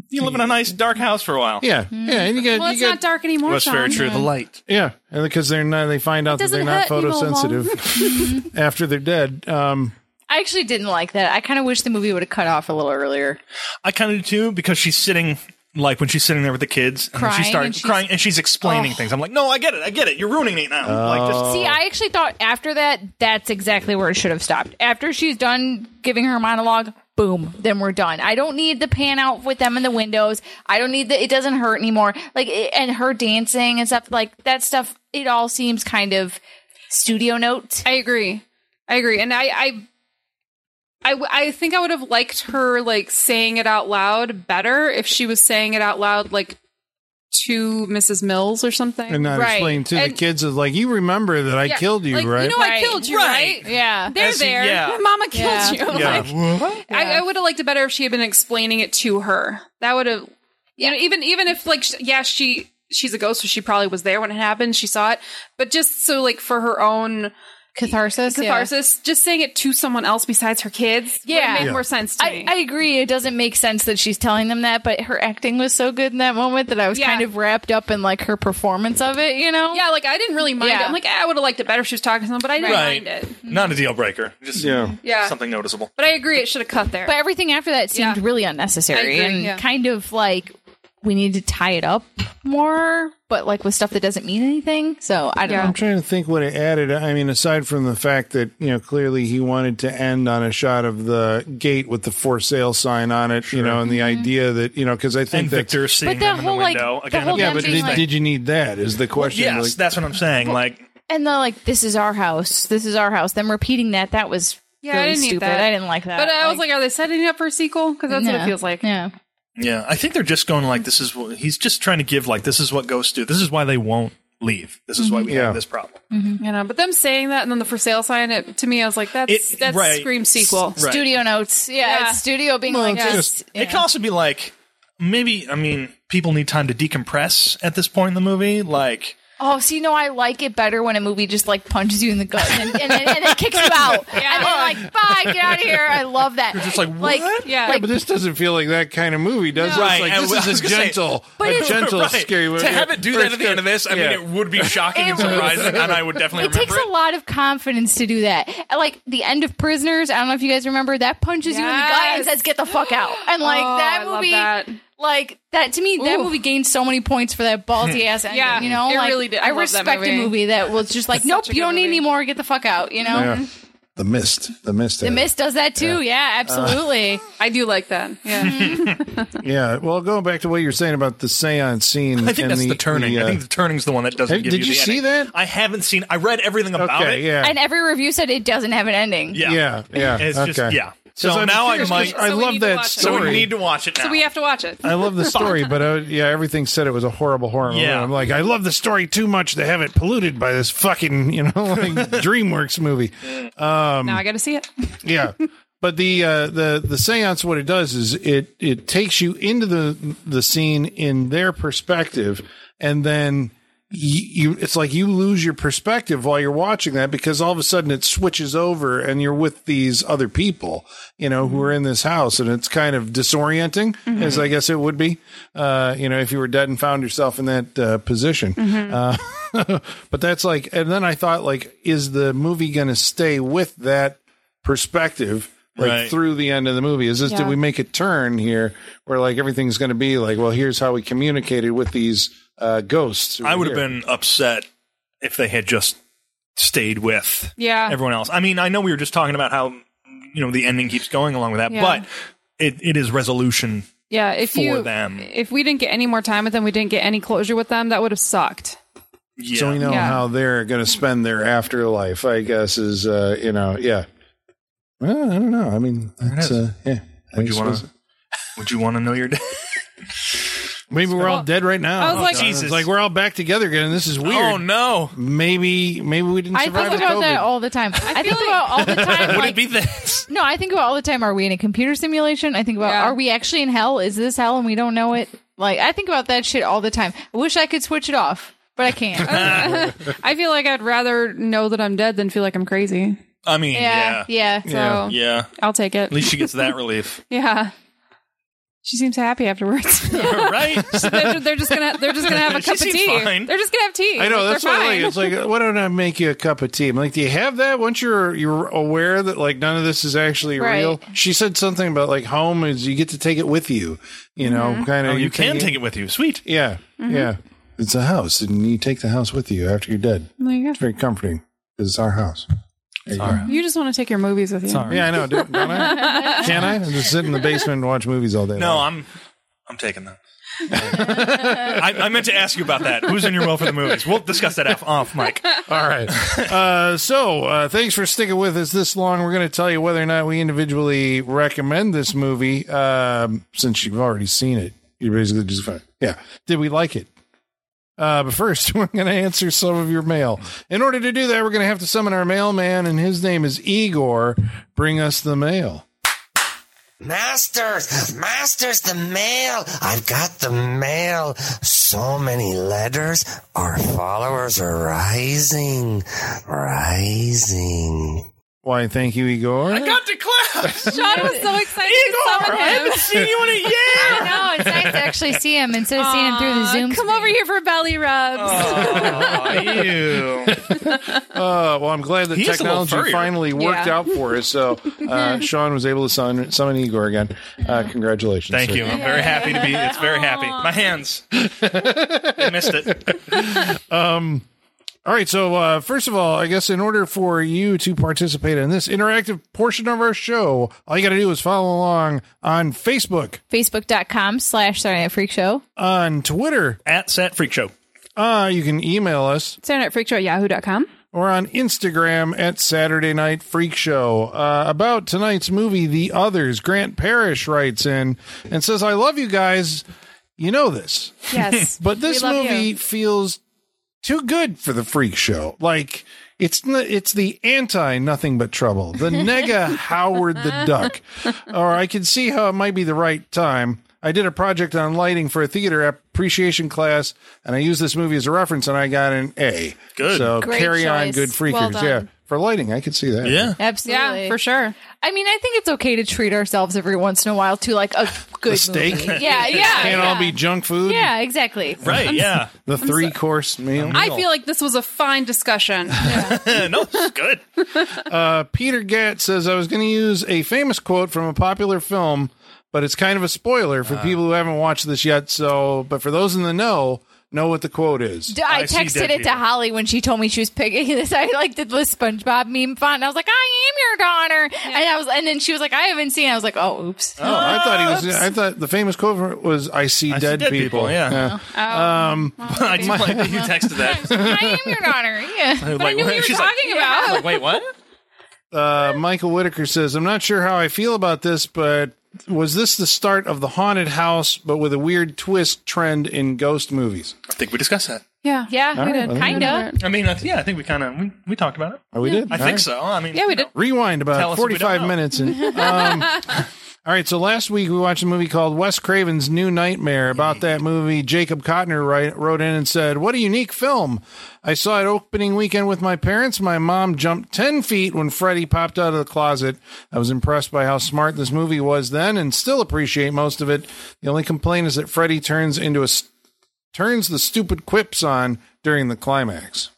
F: you live in a nice dark house for a while.
B: Yeah, yeah, and you get
E: Well,
B: you
E: it's
B: get
E: not dark anymore.
F: That's very
E: Sean.
F: true. The light.
B: yeah, and because they're not, they find out that they're not
D: doesn't hurt you, Mom.
B: photosensitive after they're dead. Um,
D: I actually didn't like that. I kind of wish the movie would have cut off a little earlier.
F: I kind of do too because she's sitting like when she's sitting there with the kids and
D: Crying
F: she starts
D: and she's-
F: crying and she's explaining things. I'm like, no, I get it, I get it. You're ruining it now. like
B: Oh.
F: just
D: See, I actually thought after that, that's exactly where it should have stopped. After she's done giving her monologue, boom, then we're done. I don't need the pan out with them in the windows. I don't need the, it doesn't hurt anymore. Like, it, and her dancing and stuff, like that stuff, it all seems kind of studio note.
E: I agree. I agree. And I, I, I, w- I think I would have liked her like saying it out loud better if she was saying it out loud like to Mrs. Mills or something.
B: and not
D: Right.
B: explain to the
E: And-
B: kids is like you remember that I
E: Yeah.
B: killed you,
E: Like,
B: right?
E: You know, I
D: Right.
E: killed you, right?
D: Yeah.
E: They're
F: As-
E: there.
F: yeah.
E: Your mama killed
D: Yeah.
E: you.
F: yeah.
E: Like, I, I would have liked it better if she had been explaining it to her. That would have, you know, even even if like, sh- yeah, she she's a ghost, so she probably was there when it happened. She saw it, but just so like for her own
D: Catharsis.
E: catharsis, just saying it to someone else besides her kids,
D: Yeah.
E: yeah, made
D: Yeah.
E: more sense to
D: I,
E: me.
D: I agree. It doesn't make sense that she's telling them that, but her acting was so good in that moment that I was
E: Yeah.
D: kind of wrapped up in like her performance of it, you know?
E: yeah, like I didn't really mind
D: Yeah.
E: it. I'm like, eh, I would have liked it better if she was talking to someone, but I didn't mind it.
D: Mm-hmm.
F: not a deal breaker. Just
B: Yeah.
E: Yeah.
F: something noticeable.
E: But I agree, it should have cut there.
D: But everything after that seemed
E: Yeah.
D: really unnecessary
E: I agree,
D: and
E: yeah.
D: kind of like we need to tie it up more, but like with stuff that doesn't mean anything. So I don't
E: Yeah.
D: know.
B: I'm trying to think what it added. I mean, aside from the fact that you know clearly he wanted to end on a shot of the gate with the for sale sign on it, you know, and the
D: Mm-hmm.
B: idea that you know because I think
F: And
B: that's-
F: Victor seeing
D: that
F: them in the
D: whole, like,
F: window
D: the
F: again.
D: whole
B: Yeah,
D: them
B: but
D: being
B: did,
D: like-
B: did you need that? Is the question?
F: yes,
B: Like,
F: that's what I'm saying. Like
D: And the like, this is our house, this is our house. Them repeating that, that was
E: Yeah, I
D: really
E: didn't need
D: stupid.
E: that.
D: I didn't like that.
E: But uh, I was like, are they setting it up for a sequel? Because that's what
D: yeah.
E: it feels like.
D: Yeah.
F: Yeah, I think they're just going like this is what he's just trying to give like this is what ghosts do. This is why they won't leave. This is why we
B: Mm-hmm. Yeah.
F: have this problem.
E: You know, but them saying that and then the for sale sign, it, to me, I was like, that's
F: It-
E: that's
F: right.
E: scream sequel.
F: Right.
D: Mm-hmm. Studio notes. Yeah.
E: Yeah.
D: It's studio being
B: Well,
D: like,
B: it's
D: just,
B: just-
D: yeah.
F: It can also be like maybe I mean people need time to decompress at this point in the movie. Like
D: Oh, see, no, I like it better when a movie just like punches you in the gut and, and, then, and then kicks you out. And then like, bye, get out of here. I love that. You're
F: just like, what?
E: Yeah.
B: but this doesn't feel like that kind of movie, does
F: No.
B: it? It's
F: Right, I
B: Like,
F: was-
B: this
F: I was
B: is a
F: gonna say-
B: gentle,
D: But
B: a
D: it's-
B: gentle,
F: Right.
B: scary movie.
F: to have it do
B: Or
F: that
B: it's
F: at the end of this, I
B: yeah.
F: mean, it would be shocking
D: It
F: and
D: would.
F: surprising, and I would definitely
D: It takes
F: remember
D: a lot of confidence to do that. And, Like the end of Prisoners, I don't know if you guys remember, that punches you in the gut and
E: Yes.
D: says, "Get the fuck out." And like
E: Oh,
D: that
E: I love
D: movie,
E: that.
D: like that to me, that
E: Ooh.
D: movie gained so many points for that ballsy ass ending.
E: Yeah,
D: you know,
E: it
D: like,
E: really did. I
D: I,
E: love that
D: respect a
E: movie.
D: movie that was just like, nope,
E: such a
D: you
E: good
D: don't need
E: movie.
D: any more. Get the fuck out. You know,
B: Yeah. The mist, the mist,
D: Mm-hmm. The Mist does that too. Yeah, absolutely.
F: Uh.
E: I do like that. Yeah.
B: Yeah. Well, going back to what you're saying about the seance scene,
F: I think
B: and
F: that's the, turning.
B: the, uh,
F: I think the turning's the one that doesn't
B: Have-
F: give
B: did
F: you
B: you
F: the
B: see
F: ending.
B: that?
F: I haven't seen I read everything about
B: okay,
F: it.
B: yeah,
D: and every review said it doesn't have an ending.
F: Yeah.
B: yeah, yeah.
F: It's
B: okay.
F: just yeah. So
B: 'Cause I'm
F: now I
B: curious 'cause
F: might
B: I
E: So we
B: love
E: need to
B: that
E: watch it.
F: so
B: story.
F: we need to watch it now.
E: so we have to watch it.
B: I love the story, but uh, yeah, everything said it was a horrible horror movie.
F: Yeah.
B: I'm like, I love the story too much to have it polluted by this fucking, you know, like DreamWorks movie.
E: now I got to see it.
B: Yeah. But the uh, the the séance, what it does is it it takes you into the the scene in their perspective, and then you, you it's like you lose your perspective while you're watching that because all of a sudden it switches over and you're with these other people, you know, who are in this house, and it's kind of disorienting, as I guess it would be, uh, you know, if you were dead and found yourself in that uh, position. Uh, but that's like, and then I thought, like, is the movie going to stay with that? perspective like
F: Right.
B: through the end of the movie is this did
E: Yeah.
B: we make a turn here where like everything's going to be like well here's how we communicated with these uh ghosts who
F: I
B: were
F: would have
B: here.
F: been upset if they had just stayed with
E: Yeah.
F: everyone else. I mean, I know we were just talking about how you know the ending keeps going along with that,
E: Yeah.
F: but it, it is resolution.
E: yeah. If
F: for
E: you,
F: them.
E: if we didn't get any more time with them, we didn't get any closure with them, that would have sucked.
F: Yeah.
B: so we know
E: Yeah.
B: how they're going to spend their afterlife i guess is uh you know yeah well, i don't know i mean that's uh yeah I
F: would you want
B: suppose-
F: to? Would you want to know your day?
B: maybe we're all dead right now
E: I was like-
B: It's
F: Jesus.
B: like we're all back together again and this is weird
F: Oh no!
B: maybe maybe we didn't
D: I
B: survive
D: think
B: the
D: about
B: COVID.
D: that all the time. I, think
E: feel
D: about all the time.
F: Would
D: like,
F: it be this?
D: no, I think about all the time. Are we in a computer simulation? I think about
E: Yeah.
D: are we actually in hell? Is this hell and we don't know it? Like I think about that shit all the time. I wish I could switch it off, but I can't.
E: I feel like I'd rather know that I'm dead than feel like I'm crazy.
F: I mean,
D: yeah,
F: yeah,
D: yeah.
E: So
B: Yeah.
F: yeah.
E: I'll take it.
F: At least she gets that relief.
E: Yeah. She seems happy afterwards.
F: right?
E: they're, ju- they're just gonna they're just gonna have a
F: She
E: cup of
F: seems
E: tea.
F: fine.
E: They're just gonna have tea.
B: I know
E: Like,
B: that's
E: they're
B: what I
E: fine.
B: like. It's like why don't I make you a cup of tea? I'm like, do you have that? Once you're you're aware that like none of this is actually
D: Right.
B: real. She said something about like home is you get to take it with you. You know,
E: Mm-hmm.
B: kind of.
F: Oh, you can take it with you. Sweet.
B: Yeah, yeah. It's a house, and you take the house with you after you're dead.
E: There you
B: It's very comforting because it's our house. It's
F: our
E: go. You just want to take your movies with you.
B: Yeah, I know. Don't, don't I? Can I? I just sit in the basement and watch movies all day.
F: No,
B: long.
F: I'm I'm taking that. I, I meant to ask you about that. Who's in your will for the movies? We'll discuss that off, off mic.
B: All right. Uh, so, uh, thanks for sticking with us this long. We're going to tell you whether or not we individually recommend this movie. Um, since you've already seen it, you're basically just fine. Yeah. Did we like it? Uh, but first, we're going to answer some of your mail. In order to do that, we're going to have to summon our mailman, and his name is Igor. Bring us the mail.
G: Masters, masters, the mail. I've got the mail. So many letters. Our followers are rising, rising.
B: Why, thank you, Igor.
C: I got to class.
E: Sean was so excited to summon him.
C: seen you in a year.
D: I know. It's nice to actually see him instead of seeing him through the
E: Aw,
D: Zoom.
E: Come over here for belly rubs.
F: Ew.
B: Uh, well, I'm glad that
F: He is a little
B: technology
F: furrier.
B: finally worked
E: Yeah.
B: out for us. So uh, Sean was able to summon, summon Igor again. Uh, congratulations.
F: Thank
B: sir.
F: you. I'm very happy to be. It's very happy. My hands. I missed it.
B: All right. So, uh, first of all, I guess in order for you to participate in this interactive portion of our show, all you got to do is follow along on Facebook,
D: Facebook.com slash Saturday Night Freak Show.
B: on Twitter.
F: At Sat Freak Show.
B: Uh, you can email us
E: Saturday Night Freak Show at yahoo.com.
B: or on Instagram at Saturday Night Freak Show. Uh, about tonight's movie, The Others, Grant Parrish writes in and says, I love you guys. You know this.
E: Yes.
B: But this
E: We love
B: movie
E: you.
B: feels too good for the freak show. Like it's n- it's the anti nothing but trouble, the nega Howard the Duck. Or I can see how it might be the right time. I did a project on lighting for a theater appreciation class, and I used this movie as a reference, and I got an A.
F: Good.
B: So
D: Great
B: carry on,
D: choice.
B: good freakers.
D: Well
B: yeah,
D: done.
B: for lighting, I could see that.
D: Absolutely.
E: Yeah, for sure.
D: I mean, I think it's okay to treat ourselves every once in a while to like a good
B: steak?
D: movie. Yeah, yeah.
B: Can't
D: yeah.
B: all be junk food.
D: Yeah, exactly.
F: Right. Yeah.
B: The three course meal.
E: I feel like this was a fine discussion.
F: no, it's good.
B: Peter Gatt says, I was going to use a famous quote from a popular film, but it's kind of a spoiler for people who haven't watched this yet. So, but for those in the know, know what the quote is.
D: D- I,
F: I see
D: texted
F: dead
D: it to
F: people.
D: Holly when she told me she was picking this. I like did the SpongeBob meme font. And I was like, I am your daughter, and I was, and then she was like, I haven't seen. it." I was like, oh, oops.
B: Oh, I thought he was. I thought the famous quote was "I see,
F: I see
B: dead,
F: dead
B: people.
F: people, yeah.
E: Oh,
F: Um, I just like that you texted that.
D: I am your daughter. Yeah.
F: Like,
E: knew we were
F: she's
E: talking about.
F: like, wait, what?
B: Uh, Michael Whitaker says, "I'm not sure how I feel about this, but was this the start of the haunted house, but with a weird twist trend in ghost movies?
F: I think we discussed that.
E: Yeah.
D: Yeah,
B: right, well, then-
D: kind of.
F: I mean, I th- yeah, I think we kind of we, we talked about it.
B: Oh, we did.
F: I
B: All
F: think
B: right.
F: so. I mean,
E: Yeah, we
F: you
E: did.
F: know.
B: Rewind
F: Tell
B: about
F: us if we don't
B: 45
F: know.
B: minutes. And, um, all right. So last week we watched a movie called Wes Craven's New Nightmare. About that movie, Jacob Cotner write, wrote in and said, What a unique film. I saw it opening weekend with my parents. My mom jumped 10 feet when Freddy popped out of the closet. I was impressed by how smart this movie was then and still appreciate most of it. The only complaint is that Freddy turns into a. s- Turns the stupid quips on during the climax.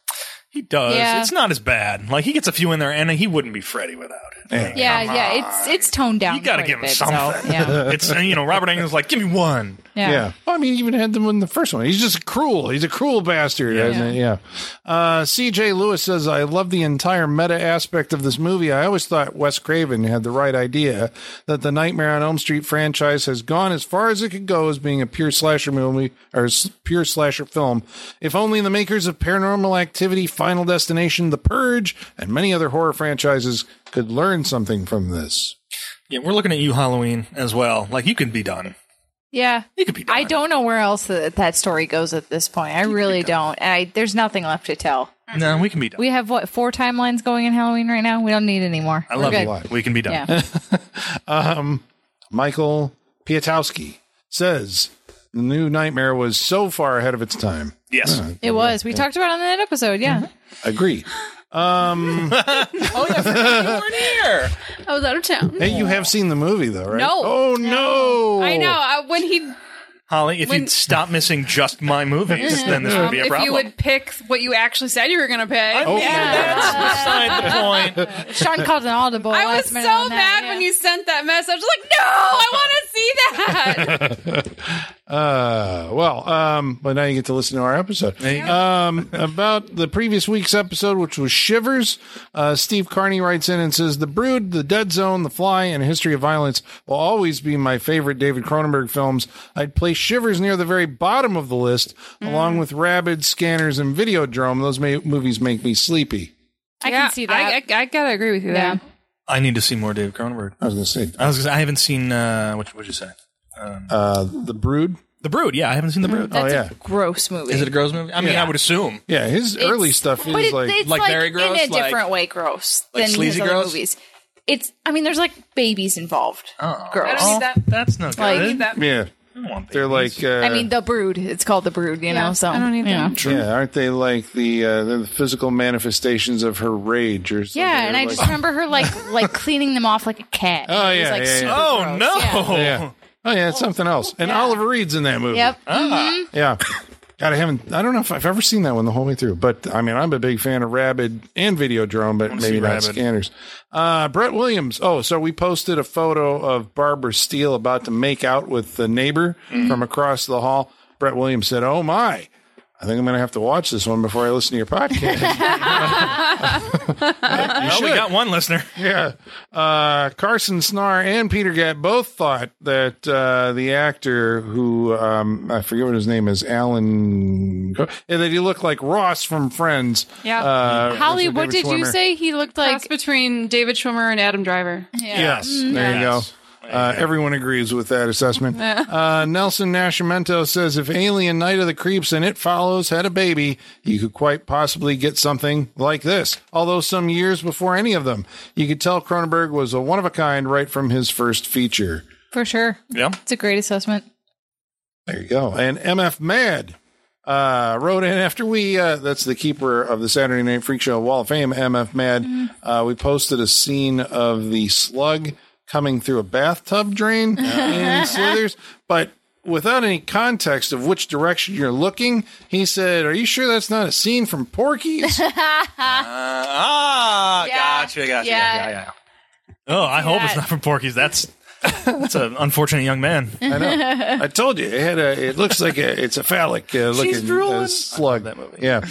F: He does.
D: Yeah.
F: It's not as bad. Like he gets a few in there, and he wouldn't be Freddy without it. Like,
D: Yeah, yeah. It's it's toned down.
F: You got to
D: quite
F: give
D: a
F: him
D: bit, so,
F: something.
D: yeah.
F: it's you know Robert Englund's like, give me one.
D: Yeah.
B: Yeah. Well, I mean, he even had them in the first one. He's just cruel. He's a cruel bastard. Yeah. Isn't he? yeah. Uh, CJ Lewis says, I love the entire meta aspect of this movie. I always thought Wes Craven had the right idea that the Nightmare on Elm Street franchise has gone as far as it could go as being a pure slasher movie or s- pure slasher film. If only the makers of Paranormal Activity, Final Destination, The Purge, and many other horror franchises could learn something from this.
F: Yeah, we're looking at you Halloween as well. Like you could be done.
D: Yeah.
F: You could be done.
D: I don't know where else that, that story goes at this point. I really don't. And I, there's nothing left to tell.
F: No, we can be done.
D: We have what four timelines going in Halloween right now. We don't need any more.
F: I love
D: We're
F: you.
D: good.
F: We can be done.
D: Yeah.
B: Michael Piatowski says the new Nightmare was so far ahead of its time.
F: Yes.
D: It was. We talked about it on that episode. Yeah.
B: Agree. Um,
C: Oh yeah, you weren't here.
E: I was out of town.
B: hey, you have seen the movie though, right?
E: No.
B: Oh no.
E: I know. I, when he,
F: Holly, if
E: When-
F: you'd stop missing just my movies, then this would
E: um,
F: be a
E: if
F: problem.
E: you would pick what you actually said you were going to pick.
F: oh,
E: Yeah.
F: that's beside the point.
D: Sean called an audible.
E: I
D: last
E: was so
D: minute
E: mad
D: Oh, on that,
E: when
D: yeah.
E: you sent that message. I was like, no, I want to see that.
B: Uh, well, um, but now you get to listen to our episode. Um, about the previous week's episode, which was Shivers, uh, Steve Carney writes in and says, The Brood, The Dead Zone, The Fly, and A History of Violence will always be my favorite David Cronenberg films. I'd place Shivers near the very bottom of the list,
D: Mm.
B: along with Rabid, Scanners, and Videodrome. Those ma- movies make me sleepy.
D: I
E: Yeah,
D: can see that.
E: I, I, I gotta agree with you
D: yeah.
E: there.
F: I need to see more David Cronenberg.
B: I was going to say,
F: I was gonna say, I haven't seen uh, what would you say?
B: uh, The Brood. Oh,
F: The Brood. Yeah, I haven't seen The Brood.
D: That's
B: yeah.
D: a gross movie.
C: Is it a girls' movie? I mean, I would assume.
B: Yeah, his early
D: It's-
B: stuff
D: but
B: is
D: it-
B: like.
D: it's
C: like very gross,
D: in a
C: like-
D: different way gross
C: like
D: than
C: sleazy
D: his other
C: gross?
D: movies. It's I mean, there's like babies involved.
F: Oh.
E: I
D: gross.
E: don't need that.
F: That's no good.
D: Like-
E: I don't need that.
B: yeah.
F: I don't want
B: They're
F: babies.
B: like. Uh,
D: I mean, the brood. It's called the brood. You know, so
E: I don't need
D: you
E: that.
D: know.
B: Yeah, aren't they like the uh, they're the physical manifestations of her rage or something?
D: Yeah, and I
B: Like-
D: just remember her like like cleaning them off like a cat.
B: Oh,
D: It was,
B: yeah,
D: like,
B: yeah, yeah.
D: super
F: oh
D: gross.
F: no.
D: Yeah.
B: yeah. Oh yeah, Mm-hmm. it's something else. And Oliver Reed's in that movie.
D: Yep.
F: Ah.
B: Yeah. God, I haven't. I don't know if I've ever seen that one the whole way through. But I mean, I'm a big fan of Rabid and Videodrome, but
F: see
B: maybe not
F: Rabid.
B: Scanners. Uh, Brett Williams. Oh, so we posted a photo of Barbara Steele about to make out with the neighbor
F: Mm-hmm.
B: from across the hall. Brett Williams said, "Oh my." I think I'm going to have to watch this one before I listen to your podcast.
F: Well, Oh, we got one listener.
B: yeah. Uh, Carson Snar and Peter Gatt both thought that uh, the actor who um, I forget what his name is, Alan, and that he looked like Ross from Friends.
E: Yeah.
B: Uh,
D: Holly,
B: versus
D: what
B: David
D: Mm-hmm. did you
B: Schwimmer.
D: say? He looked
E: Cross
D: like
E: between David Schwimmer and Adam Driver.
B: Yes.
D: Mm-hmm.
B: There you go.
F: Yes.
B: Uh, everyone agrees with that assessment. Uh, Nelson Nascimento says if Alien Night of the Creeps and It Follows had a baby, you could quite possibly get something like this. Although some years before any of them, you could tell Cronenberg was a one of a kind right from his first feature.
D: for sure.
F: Yeah.
D: It's a great assessment.
B: There you go. And MF Mad uh, wrote in after we, uh, that's the keeper of the Saturday Night Freak Show Wall of Fame, MF Mad. Uh, we posted a scene of the slug coming through a bathtub drain in Slithers, but without any context of which direction you're looking, he said, Are you sure that's not a scene from Porky's?
F: Uh, Ah, gotcha, gotcha.
D: Yeah.
F: Yeah. yeah, yeah, Oh, I hope it's
D: that.
F: not from Porky's. That's that's an unfortunate young man.
B: I know. I told you it had a. It looks like a. It's a phallic uh, looking uh,
F: drooling.
B: slug.
F: I love that movie.
B: Yeah.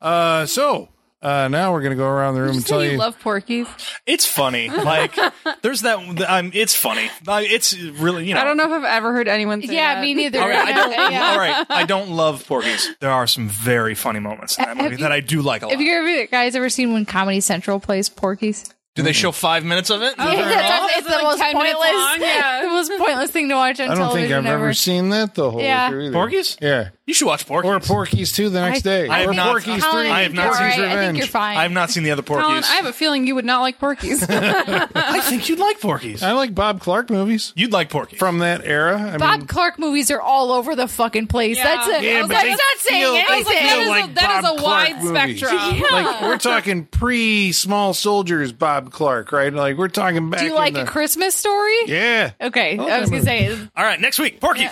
B: Uh, so uh, now we're gonna go around the room and
E: So
B: tell
E: you
B: you.
E: love Porky's?
F: It's funny. Like there's that. Um, it's funny. Like, it's really you know.
E: I don't know if I've ever heard anyone say
D: Yeah,
E: that.
D: me neither.
F: All right, I don't.
D: Yeah.
F: All right, I don't love Porky's. There are some very funny moments in that movie
D: you-
F: that I do like a lot.
D: Have you ever, guys ever seen when Comedy Central plays Porky's?
C: Do they show five minutes of
E: Oh,
C: it?
D: Yeah, that's- it's the
E: Like
D: most
E: 10 minutes
D: pointless,
E: long, yeah.
D: the most pointless thing to watch on
B: I don't think I've
D: television
B: ever seen that the whole
D: Yeah.
B: way through. either.
F: Porky's?
B: Yeah.
F: You should watch Porky's.
B: Or Porky's too the next day.
F: I have
B: or
F: not-
B: Porky's
F: Colin,
B: three.
F: I have not
D: you're
F: seen
D: all right.
B: Porky's
D: I think
B: Revenge.
D: you're fine.
F: I've not seen the other
E: Colin,
F: Porky's.
E: I have a feeling you would not like Porky's.
F: I think you'd like Porky's.
B: I like Bob Clark movies
F: You'd like Porky's.
B: from that era. I
D: Bob
B: mean,
D: Clark movies are all over the fucking place.
E: Yeah.
D: That's it.
E: Yeah,
D: That's
E: but they
D: not saying
B: feel- they
D: anything.
B: feel
E: that is
B: like
E: a, that is
B: Bob
E: a
B: Clark
E: wide
B: movies.
E: spectrum.
B: like we're talking pre Small Soldiers Bob Clark, right? Like we're talking back.
D: Do you like
B: in
D: a
B: the-
D: Christmas story?
B: uh, Yeah.
D: Okay,
B: love
D: I was
B: that
D: gonna say
F: All right, next week, Porky.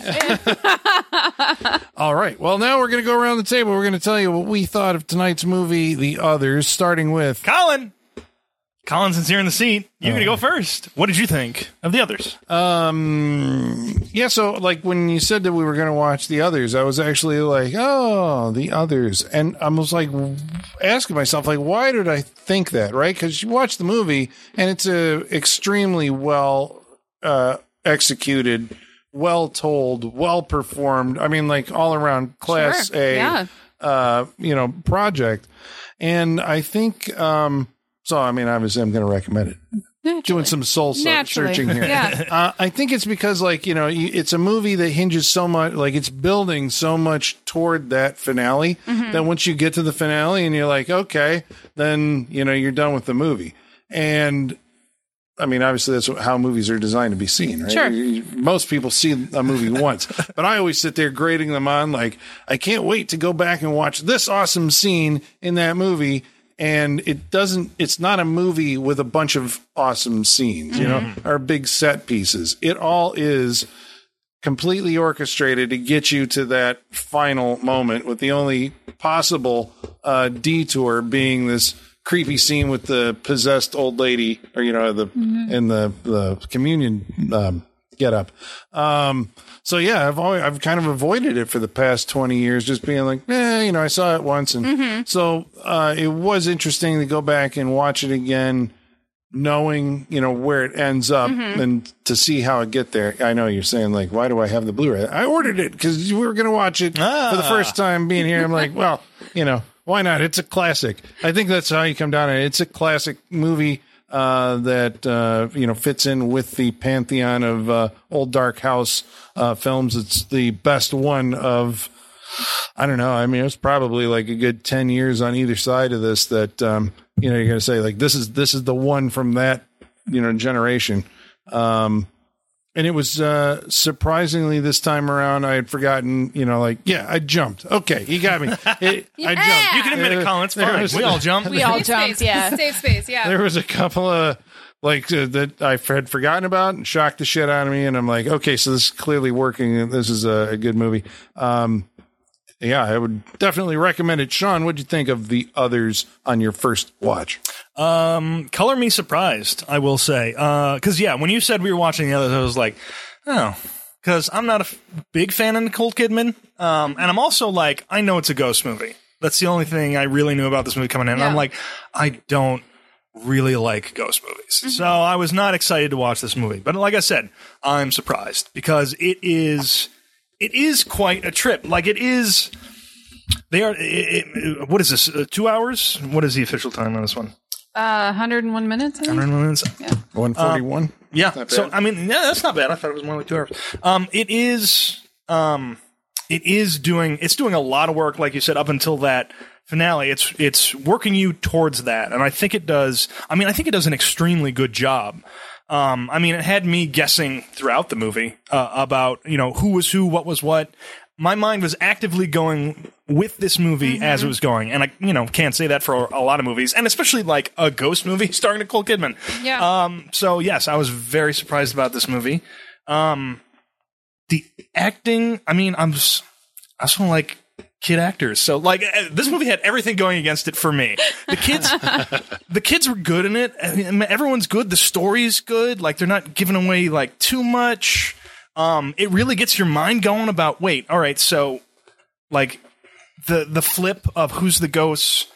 B: All right. Well, now we're going to go around the table. We're going to tell you what we thought of tonight's movie, The Others, starting with
F: Colin. Colin, since you're in the seat, you're
C: Oh.
F: gonna go first. What did you think of the others? Uh,
B: Um. Yeah. So, like, when you said that we were going to watch the others, I was actually like, "Oh, the others," and I was like, asking myself, like, why did I think that? Right? Because you watch the movie, and it's a extremely well uh, executed, well told, well performed. I mean, like all around class
E: Sure,
B: A,
E: yeah.
B: uh, you know, project. And I think, um, so. I mean, obviously, I'm going to recommend it. Doing some soul
E: Naturally.
B: searching here
E: Yeah.
B: uh, I think it's because like you know you- it's a movie that hinges so much like it's building so much toward that finale that once you get to the finale and you're like okay then you know you're done with the movie and I mean obviously that's how movies are designed to be seen right
E: Sure.
B: You- you- most people see a movie once but I always sit there grading them on like I can't wait to go back and watch this awesome scene in that movie and it doesn't it's not a movie with a bunch of awesome scenes you know or big set pieces it all is completely orchestrated to get you to that final moment with the only possible uh, detour being this creepy scene with the possessed old lady or you know the in the the communion um, get up um so yeah i've always i've kind of avoided it for the past 20 years just being like eh, you know i saw it once and so uh it was interesting to go back and watch it again knowing you know where it ends up and to see how it get there i know you're saying like why do i have the blu-ray i ordered it because we were going to watch it for the first time being here i'm like well you know why not it's a classic i think that's how you come down to it it's a classic movie uh, that uh, you know fits in with the pantheon of uh, old dark house uh, films it's the best one of I don't know. I mean, it was probably like a good ten years on either side of this. That um, you know, you're going to say like this is this is the one from that you know generation. Um, and it was uh, surprisingly this time around. I had forgotten. You know, like yeah, I jumped. Okay, you got me. It- I jumped.
D: Yeah.
F: You can admit it, Colin. It's
B: There
F: fine.
B: was-
F: We all jump.
D: We all
E: Safe
D: jumped.
E: space.
D: Yeah.
E: Safe space. Yeah.
B: there was a couple of like uh, that I had forgotten about and shocked the shit out of me. And I'm like, okay, so this is clearly working. This is a, a good movie. Um, yeah, I would definitely recommend it. Sean, what'd you think of the others on your first watch?
F: Um, color me surprised, I will say. Uh, cause yeah, when you said we were watching the others, I was like, oh, cause I'm not a f- big fan of Nicole Kidman. Um, and I'm also like, I know it's a ghost movie. That's the only thing I really knew about this movie coming in. And I'm
E: Yeah.
F: like, I don't really like ghost movies. So I was not excited to watch this movie. But like I said, I'm surprised because it is, it is quite a trip. Like it is, they are, it, it, it- what is this? Uh, two hours? What is the official time on this one?
E: Uh, 101 minutes. I think?
F: 101 minutes.
B: 141.
D: Uh,
F: Yeah. So I mean, yeah, that's not bad. I thought it was more like two hours. Um, it is. Um, it is doing. It's doing a lot of work, like you said, up until that finale. It's it's working you towards that, and I think it does. I mean, I think it does an extremely good job. Um, I mean, it had me guessing throughout the movie uh, about you know who was who, what was what. My mind was actively going with this movie as it was going, and I you know can't say that for a lot of movies, and especially like a ghost movie starring Nicole Kidman.
E: Yeah.
B: Uh,
F: Um, so yes, I was very surprised about this movie. Um, the acting, I mean, I'm s- I just want like kid actors. So like eh, this movie had everything going against it for me. The kids, the kids were good in it. I mean, everyone's good. The story's good. Like they're not giving away like too much. Um, it really gets your mind going about wait, all right, so like the the flip of who's the ghost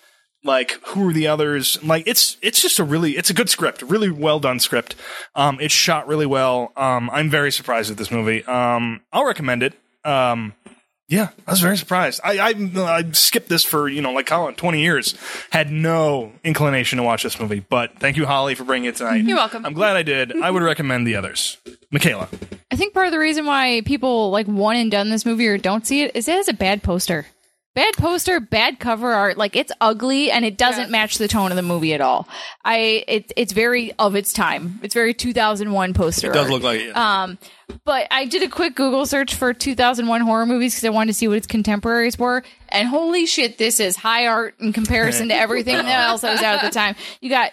F: like who are the others like it's it's just a really it's a good script really well done script um it's shot really well um i'm very surprised at this movie um i'll recommend it um yeah i was very surprised i i, I skipped this for you know like colin 20 years had no inclination to watch this movie but thank you holly for bringing it tonight
E: You're welcome.
F: i'm glad i did i would recommend the others michaela
D: I think part of the reason why people like one and done this movie or don't see it is it has a bad poster. Bad poster, bad cover art. Like it's ugly and it doesn't match the tone of the movie at all. I it, it's very of its time. It's very 2001 poster. It
C: Does look like it.
D: but I did a quick Google search for 2001 horror movies because I wanted to see what its contemporaries were. And holy shit, this is high art in comparison to everything else that was out at the time. You got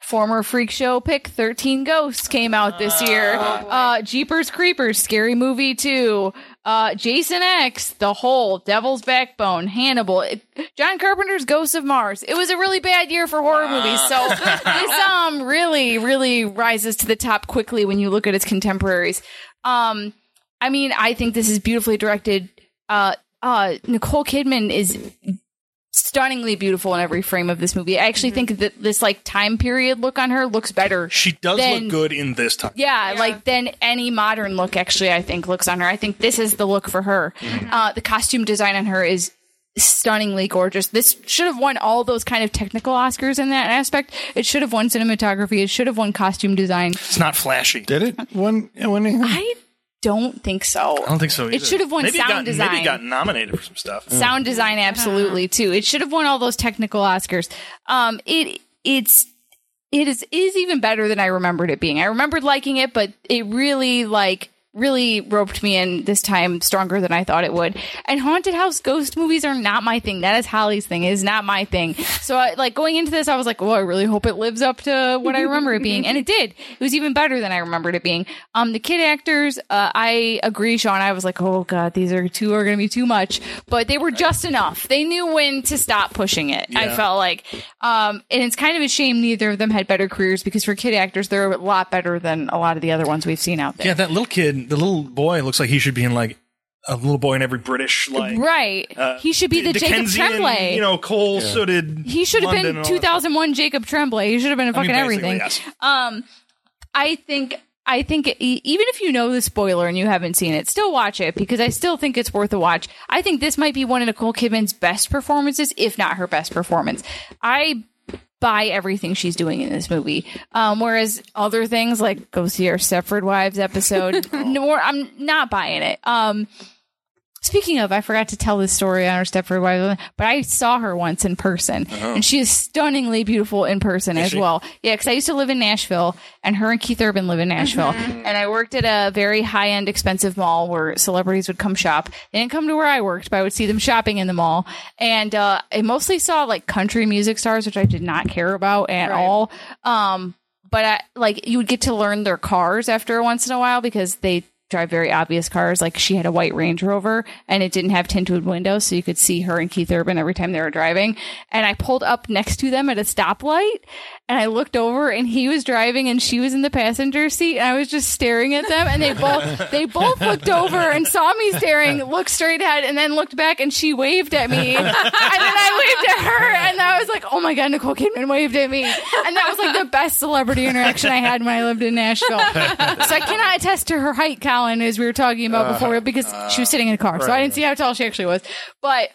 D: former freak show pick 13 ghosts came out this year uh jeepers creepers scary movie 2 uh jason x the hole devil's backbone hannibal it- john carpenter's ghosts of mars it was a really bad year for horror movies so this um really really rises to the top quickly when you look at its contemporaries um, I mean, I think this is beautifully directed. Uh, uh, Nicole Kidman is stunningly beautiful in every frame of this movie. I actually think that this like time period look on her looks better.
F: she does
D: Then-
F: look good in this time
D: yeah, like than any modern look actually I think looks on her. I think this is the look for her. Uh, the costume design on her is stunningly gorgeous. This should have won all those kind of technical Oscars in that aspect. It should have won cinematography. It should have won costume design.
F: it's not flashy
B: Did it? One, one
D: I don't think so.
F: I don't think so. Either.
D: It should have won
F: maybe it
D: sound
F: got,
D: design.
F: Maybe it got nominated for some stuff.
D: sound design absolutely too it should have won all those technical oscars um it it's it is is even better than i remembered it being i remembered liking it but it really like really roped me in this time stronger than I thought it would. And haunted house ghost movies are not my thing. That is Holly's thing. It is not my thing. So I, like going into this, I was like, well, I really hope it lives up to what I remember it being. And it did. It was even better than I remembered it being. Um, the kid actors, uh, I agree, Sean. I was like, oh God, these are two are going to be too much, but they were just enough. They knew when to stop pushing it. I felt like, um, and it's kind of a shame neither of them had better careers because for kid actors, they're a lot better than a lot of the other ones we've seen out there.
F: Yeah, that little kid, the little boy, looks like he should be in like a little boy in every British like
D: Right. he should be the Jacob
F: Uh, Dickensian,
D: Tremblay.
F: you know, coal sooted.
D: he should have
F: London
D: been
F: and all that stuff.
D: 2001 Jacob Tremblay. He should have been a
F: I mean,
D: fucking
F: basically,
D: everything. Um,
F: yes.
D: I think I think e- even if you know the spoiler and you haven't seen it, still watch it because I still think it's worth a watch. I think this might be one of Nicole Kidman's best performances, if not her best performance. I buy everything she's doing in this movie. Um, whereas other things like go see our Stepford Wives episode, no, more- I'm not buying it. Um, Speaking of, I forgot to tell this story on our Stepford Wives, but I saw her once in person, and she is stunningly beautiful in person as well. Yeah, because I used to live in Nashville, and her and Keith Urban live in Nashville, and I worked at a very high end, expensive mall where celebrities would come shop. They didn't come to where I worked, but I would see them shopping in the mall, and uh, I mostly saw like country music stars, which I did not care about at all. Um, but I, like you would get to learn their cars after once in a while because they drive very obvious cars. Like she had a white Range Rover and it didn't have tinted windows, so you could see her and Keith Urban every time they were driving. And I pulled up next to them at a stoplight and I looked over and he was driving and she was in the passenger seat and I was just staring at them and they both they both looked over and saw me staring, looked straight ahead and then looked back and she waved at me. And then I waved at her and I was like, "Oh my god, Nicole Kidman waved at me." And that was like the best celebrity interaction I had when I lived in Nashville. So I cannot attest to her height, Colin, as we were talking about before, because she was sitting in a car, so I didn't see how tall she actually was. But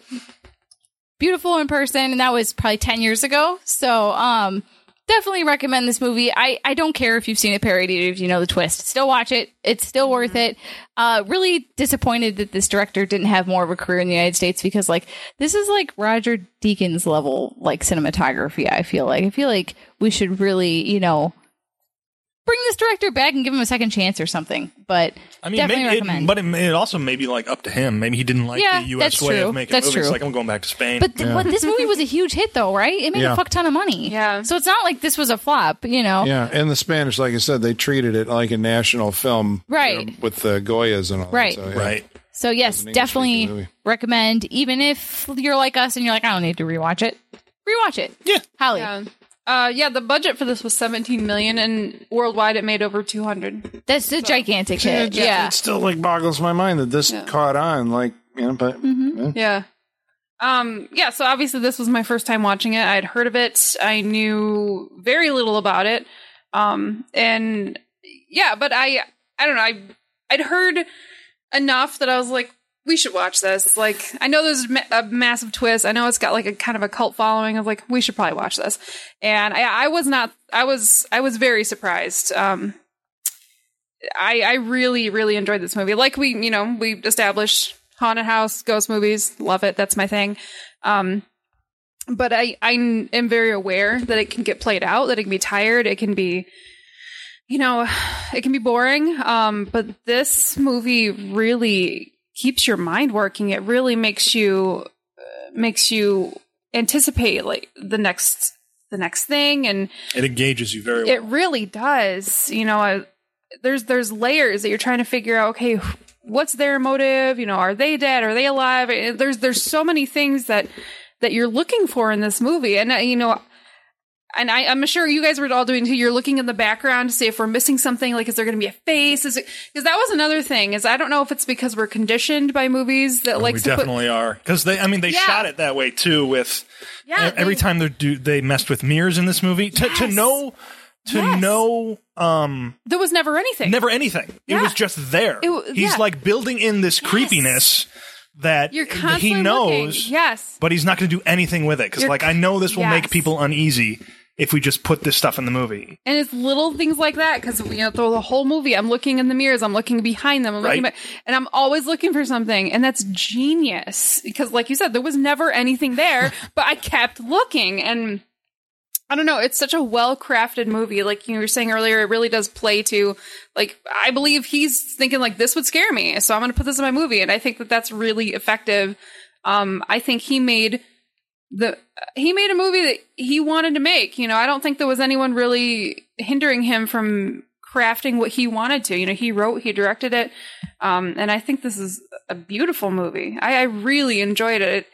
D: beautiful in person, and that was probably ten years ago. So um, definitely recommend this movie. I I don't care if you've seen it parodied, if you know the twist, still watch it. It's still worth it. Uh, really disappointed that this director didn't have more of a career in the United States because like this is like Roger Deakins level like cinematography. I feel like I feel like we should really you know bring this director back and give him a second chance or something. But
F: I mean,
D: definitely
F: maybe
D: recommend.
F: it, but it, may- it also may be like up to him. Maybe he didn't like
D: Yeah,
F: the U.S.
D: that's
F: way
D: true.
F: of making
D: That's
F: movies.
D: true.
F: Like I'm going back to Spain.
D: But, th- but this movie was a huge hit, though, right? It made
B: Yeah.
D: a fuck ton of money.
E: Yeah.
D: So it's not like this was a flop, you know?
B: Yeah, and the Spanish, like I said, they treated it like a national film, you
D: Right.
B: know, with the Goyas and all,
D: Right.
B: that, so, yeah.
F: right?
D: So, yes,
B: an English-speaking
D: definitely
B: movie.
D: recommend, even if you're like us and you're like, I don't need to rewatch it, rewatch it.
F: Yeah.
D: Holly.
E: Yeah. Uh, yeah, the budget for this was 17 million, and worldwide it made over 200.
D: That's a gigantic
B: Yeah,
D: hit.
B: it,
D: Yeah.
B: it still like boggles my mind that this caught on, like you know, but
D: Mm-hmm.
E: Yeah. Um, yeah, so obviously this was my first time watching it. I'd heard of it. I knew very little about it. Um, and yeah, but I I don't know. I I'd heard enough that I was like we should watch this. Like I know there's ma- a massive twist. I know it's got like a kind of a cult following of like we should probably watch this. And I I was not I was I was very surprised. Um I, I really, really enjoyed this movie. Like we, you know, we established haunted house, ghost movies, love it. That's my thing. Um, but I, I am very aware that it can get played out, that it can be tired, it can be, you know, it can be boring. Um, but this movie really keeps your mind working. It really makes you uh, makes you anticipate like the next the next thing and
F: It engages you very well.
E: it really does. You know, I, there's there's layers that you're trying to figure out. Okay, wh- what's their motive? You know, are they dead? Are they alive? Eh, There's there's so many things that that you're looking for in this movie, and uh, you know. And I, I'm sure you guys were all doing too. You're looking in the background to see if we're missing something. Like, is there going to be a face? Is because that was another thing. Is I don't know if it's because we're conditioned by movies that
F: Oh,
E: like
F: we
E: to put-
F: definitely are because they. I mean, they
E: Yeah.
F: shot it that way too. With e-,
E: Yeah,
F: every
E: they-
F: time they do, they messed with mirrors in this movie to, to know to
E: Yes.
F: know um
E: there was never anything.
F: never anything. It
E: Yeah.
F: was just there.
E: It w-
F: He's
E: yeah.
F: like building in this creepiness that
E: You're
F: he
E: constantly
F: knows.
E: looking. Yes.
F: but he's not going to do anything with it because
E: You're-
F: like i know this will make
E: Yes.
F: people uneasy if we just put this stuff in the movie
E: And it's little things like that because you know through the whole movie, I'm looking in the mirrors, I'm looking behind them, I'm looking
F: Right.
E: back, and I'm always looking for something, and that's genius because, like you said, there was never anything there, but I kept looking, and I don't know. It's such a well crafted movie. Like you were saying earlier, it really does play to, like, I believe he's thinking, like, this would scare me. So I'm going to put this in my movie. And I think that that's really effective. Um, I think he made the he made a movie that he wanted to make you know i don't think there was anyone really hindering him from crafting what he wanted to you know he wrote he directed it um, and i think this is a beautiful movie I, I really enjoyed it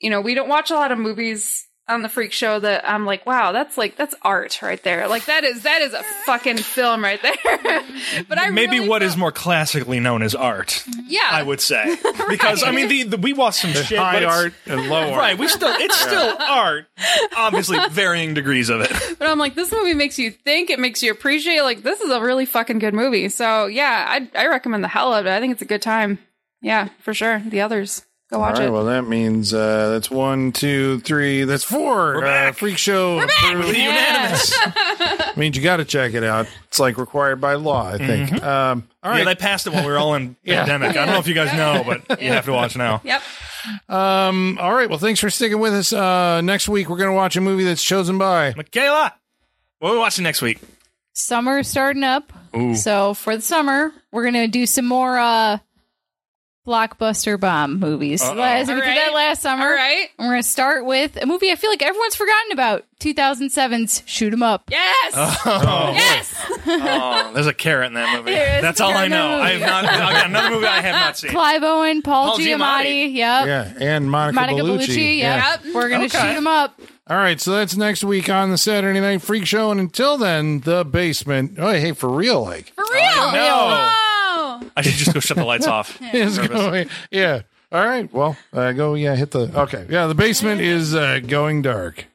E: you know we don't watch a lot of movies on the freak show that i'm like wow that's like that's art right there like that is that is a fucking film right there but i
F: Maybe
E: really
F: what is
E: felt-
F: more classically known as art,
E: yeah
F: I would say, because I mean, the, the we watched some shit, but
B: High
F: it's-
B: art and low art.
F: Right, we still it's still art, obviously varying degrees of it.
E: But I'm like, this movie makes you think. It makes you appreciate. Like, this is a really fucking good movie. So yeah, I I recommend the hell out of it. I think it's a good time. Yeah, for sure. The others, go watch
B: All right.
E: it.
B: Well, that means uh, that's one, two, three. That's 4 uh, Freak show. approved.
F: Unanimous.
B: means you got to check it out. It's like required by law, I think. Um, all
F: Yeah,
B: right.
F: they passed it while we were all in pandemic. I don't know if you guys know, but you have to watch now.
E: yep.
B: um, all right. Well, thanks for sticking with us. Uh, next week, we're going to watch a movie that's chosen by.
F: Michaela, what are we watching next week?
D: Summer starting up. So for the summer, we're gonna do some more uh blockbuster bomb movies. As we
E: All
D: did that
E: right.
D: last summer.
E: All right.
D: And we're gonna start with a movie I feel like everyone's forgotten about. 2007's Shoot 'em up.
E: Yes. yes.
F: Oh, there's a carrot in that movie.
D: There is
F: That's
D: a
F: all I
D: carrot in that
F: know. I have
D: movie.
F: not. I got another movie I have not seen.
D: Clive Owen, Paul,
F: Paul
D: Giamatti.
F: Giamatti.
D: Yep.
B: Yeah, and Monica,
D: Monica
B: Bellucci.
D: Bellucci. yep. We're gonna shoot 'em up.
B: All right, so that's next week on the Saturday Night Freak Show, and until then, the basement. Oh, hey, for real, like
E: For real.
F: No,
E: Oh.
F: I should just go shut the lights off.
B: is going, yeah. All right, well, uh, go yeah, hit the okay, yeah. The basement is uh, going dark.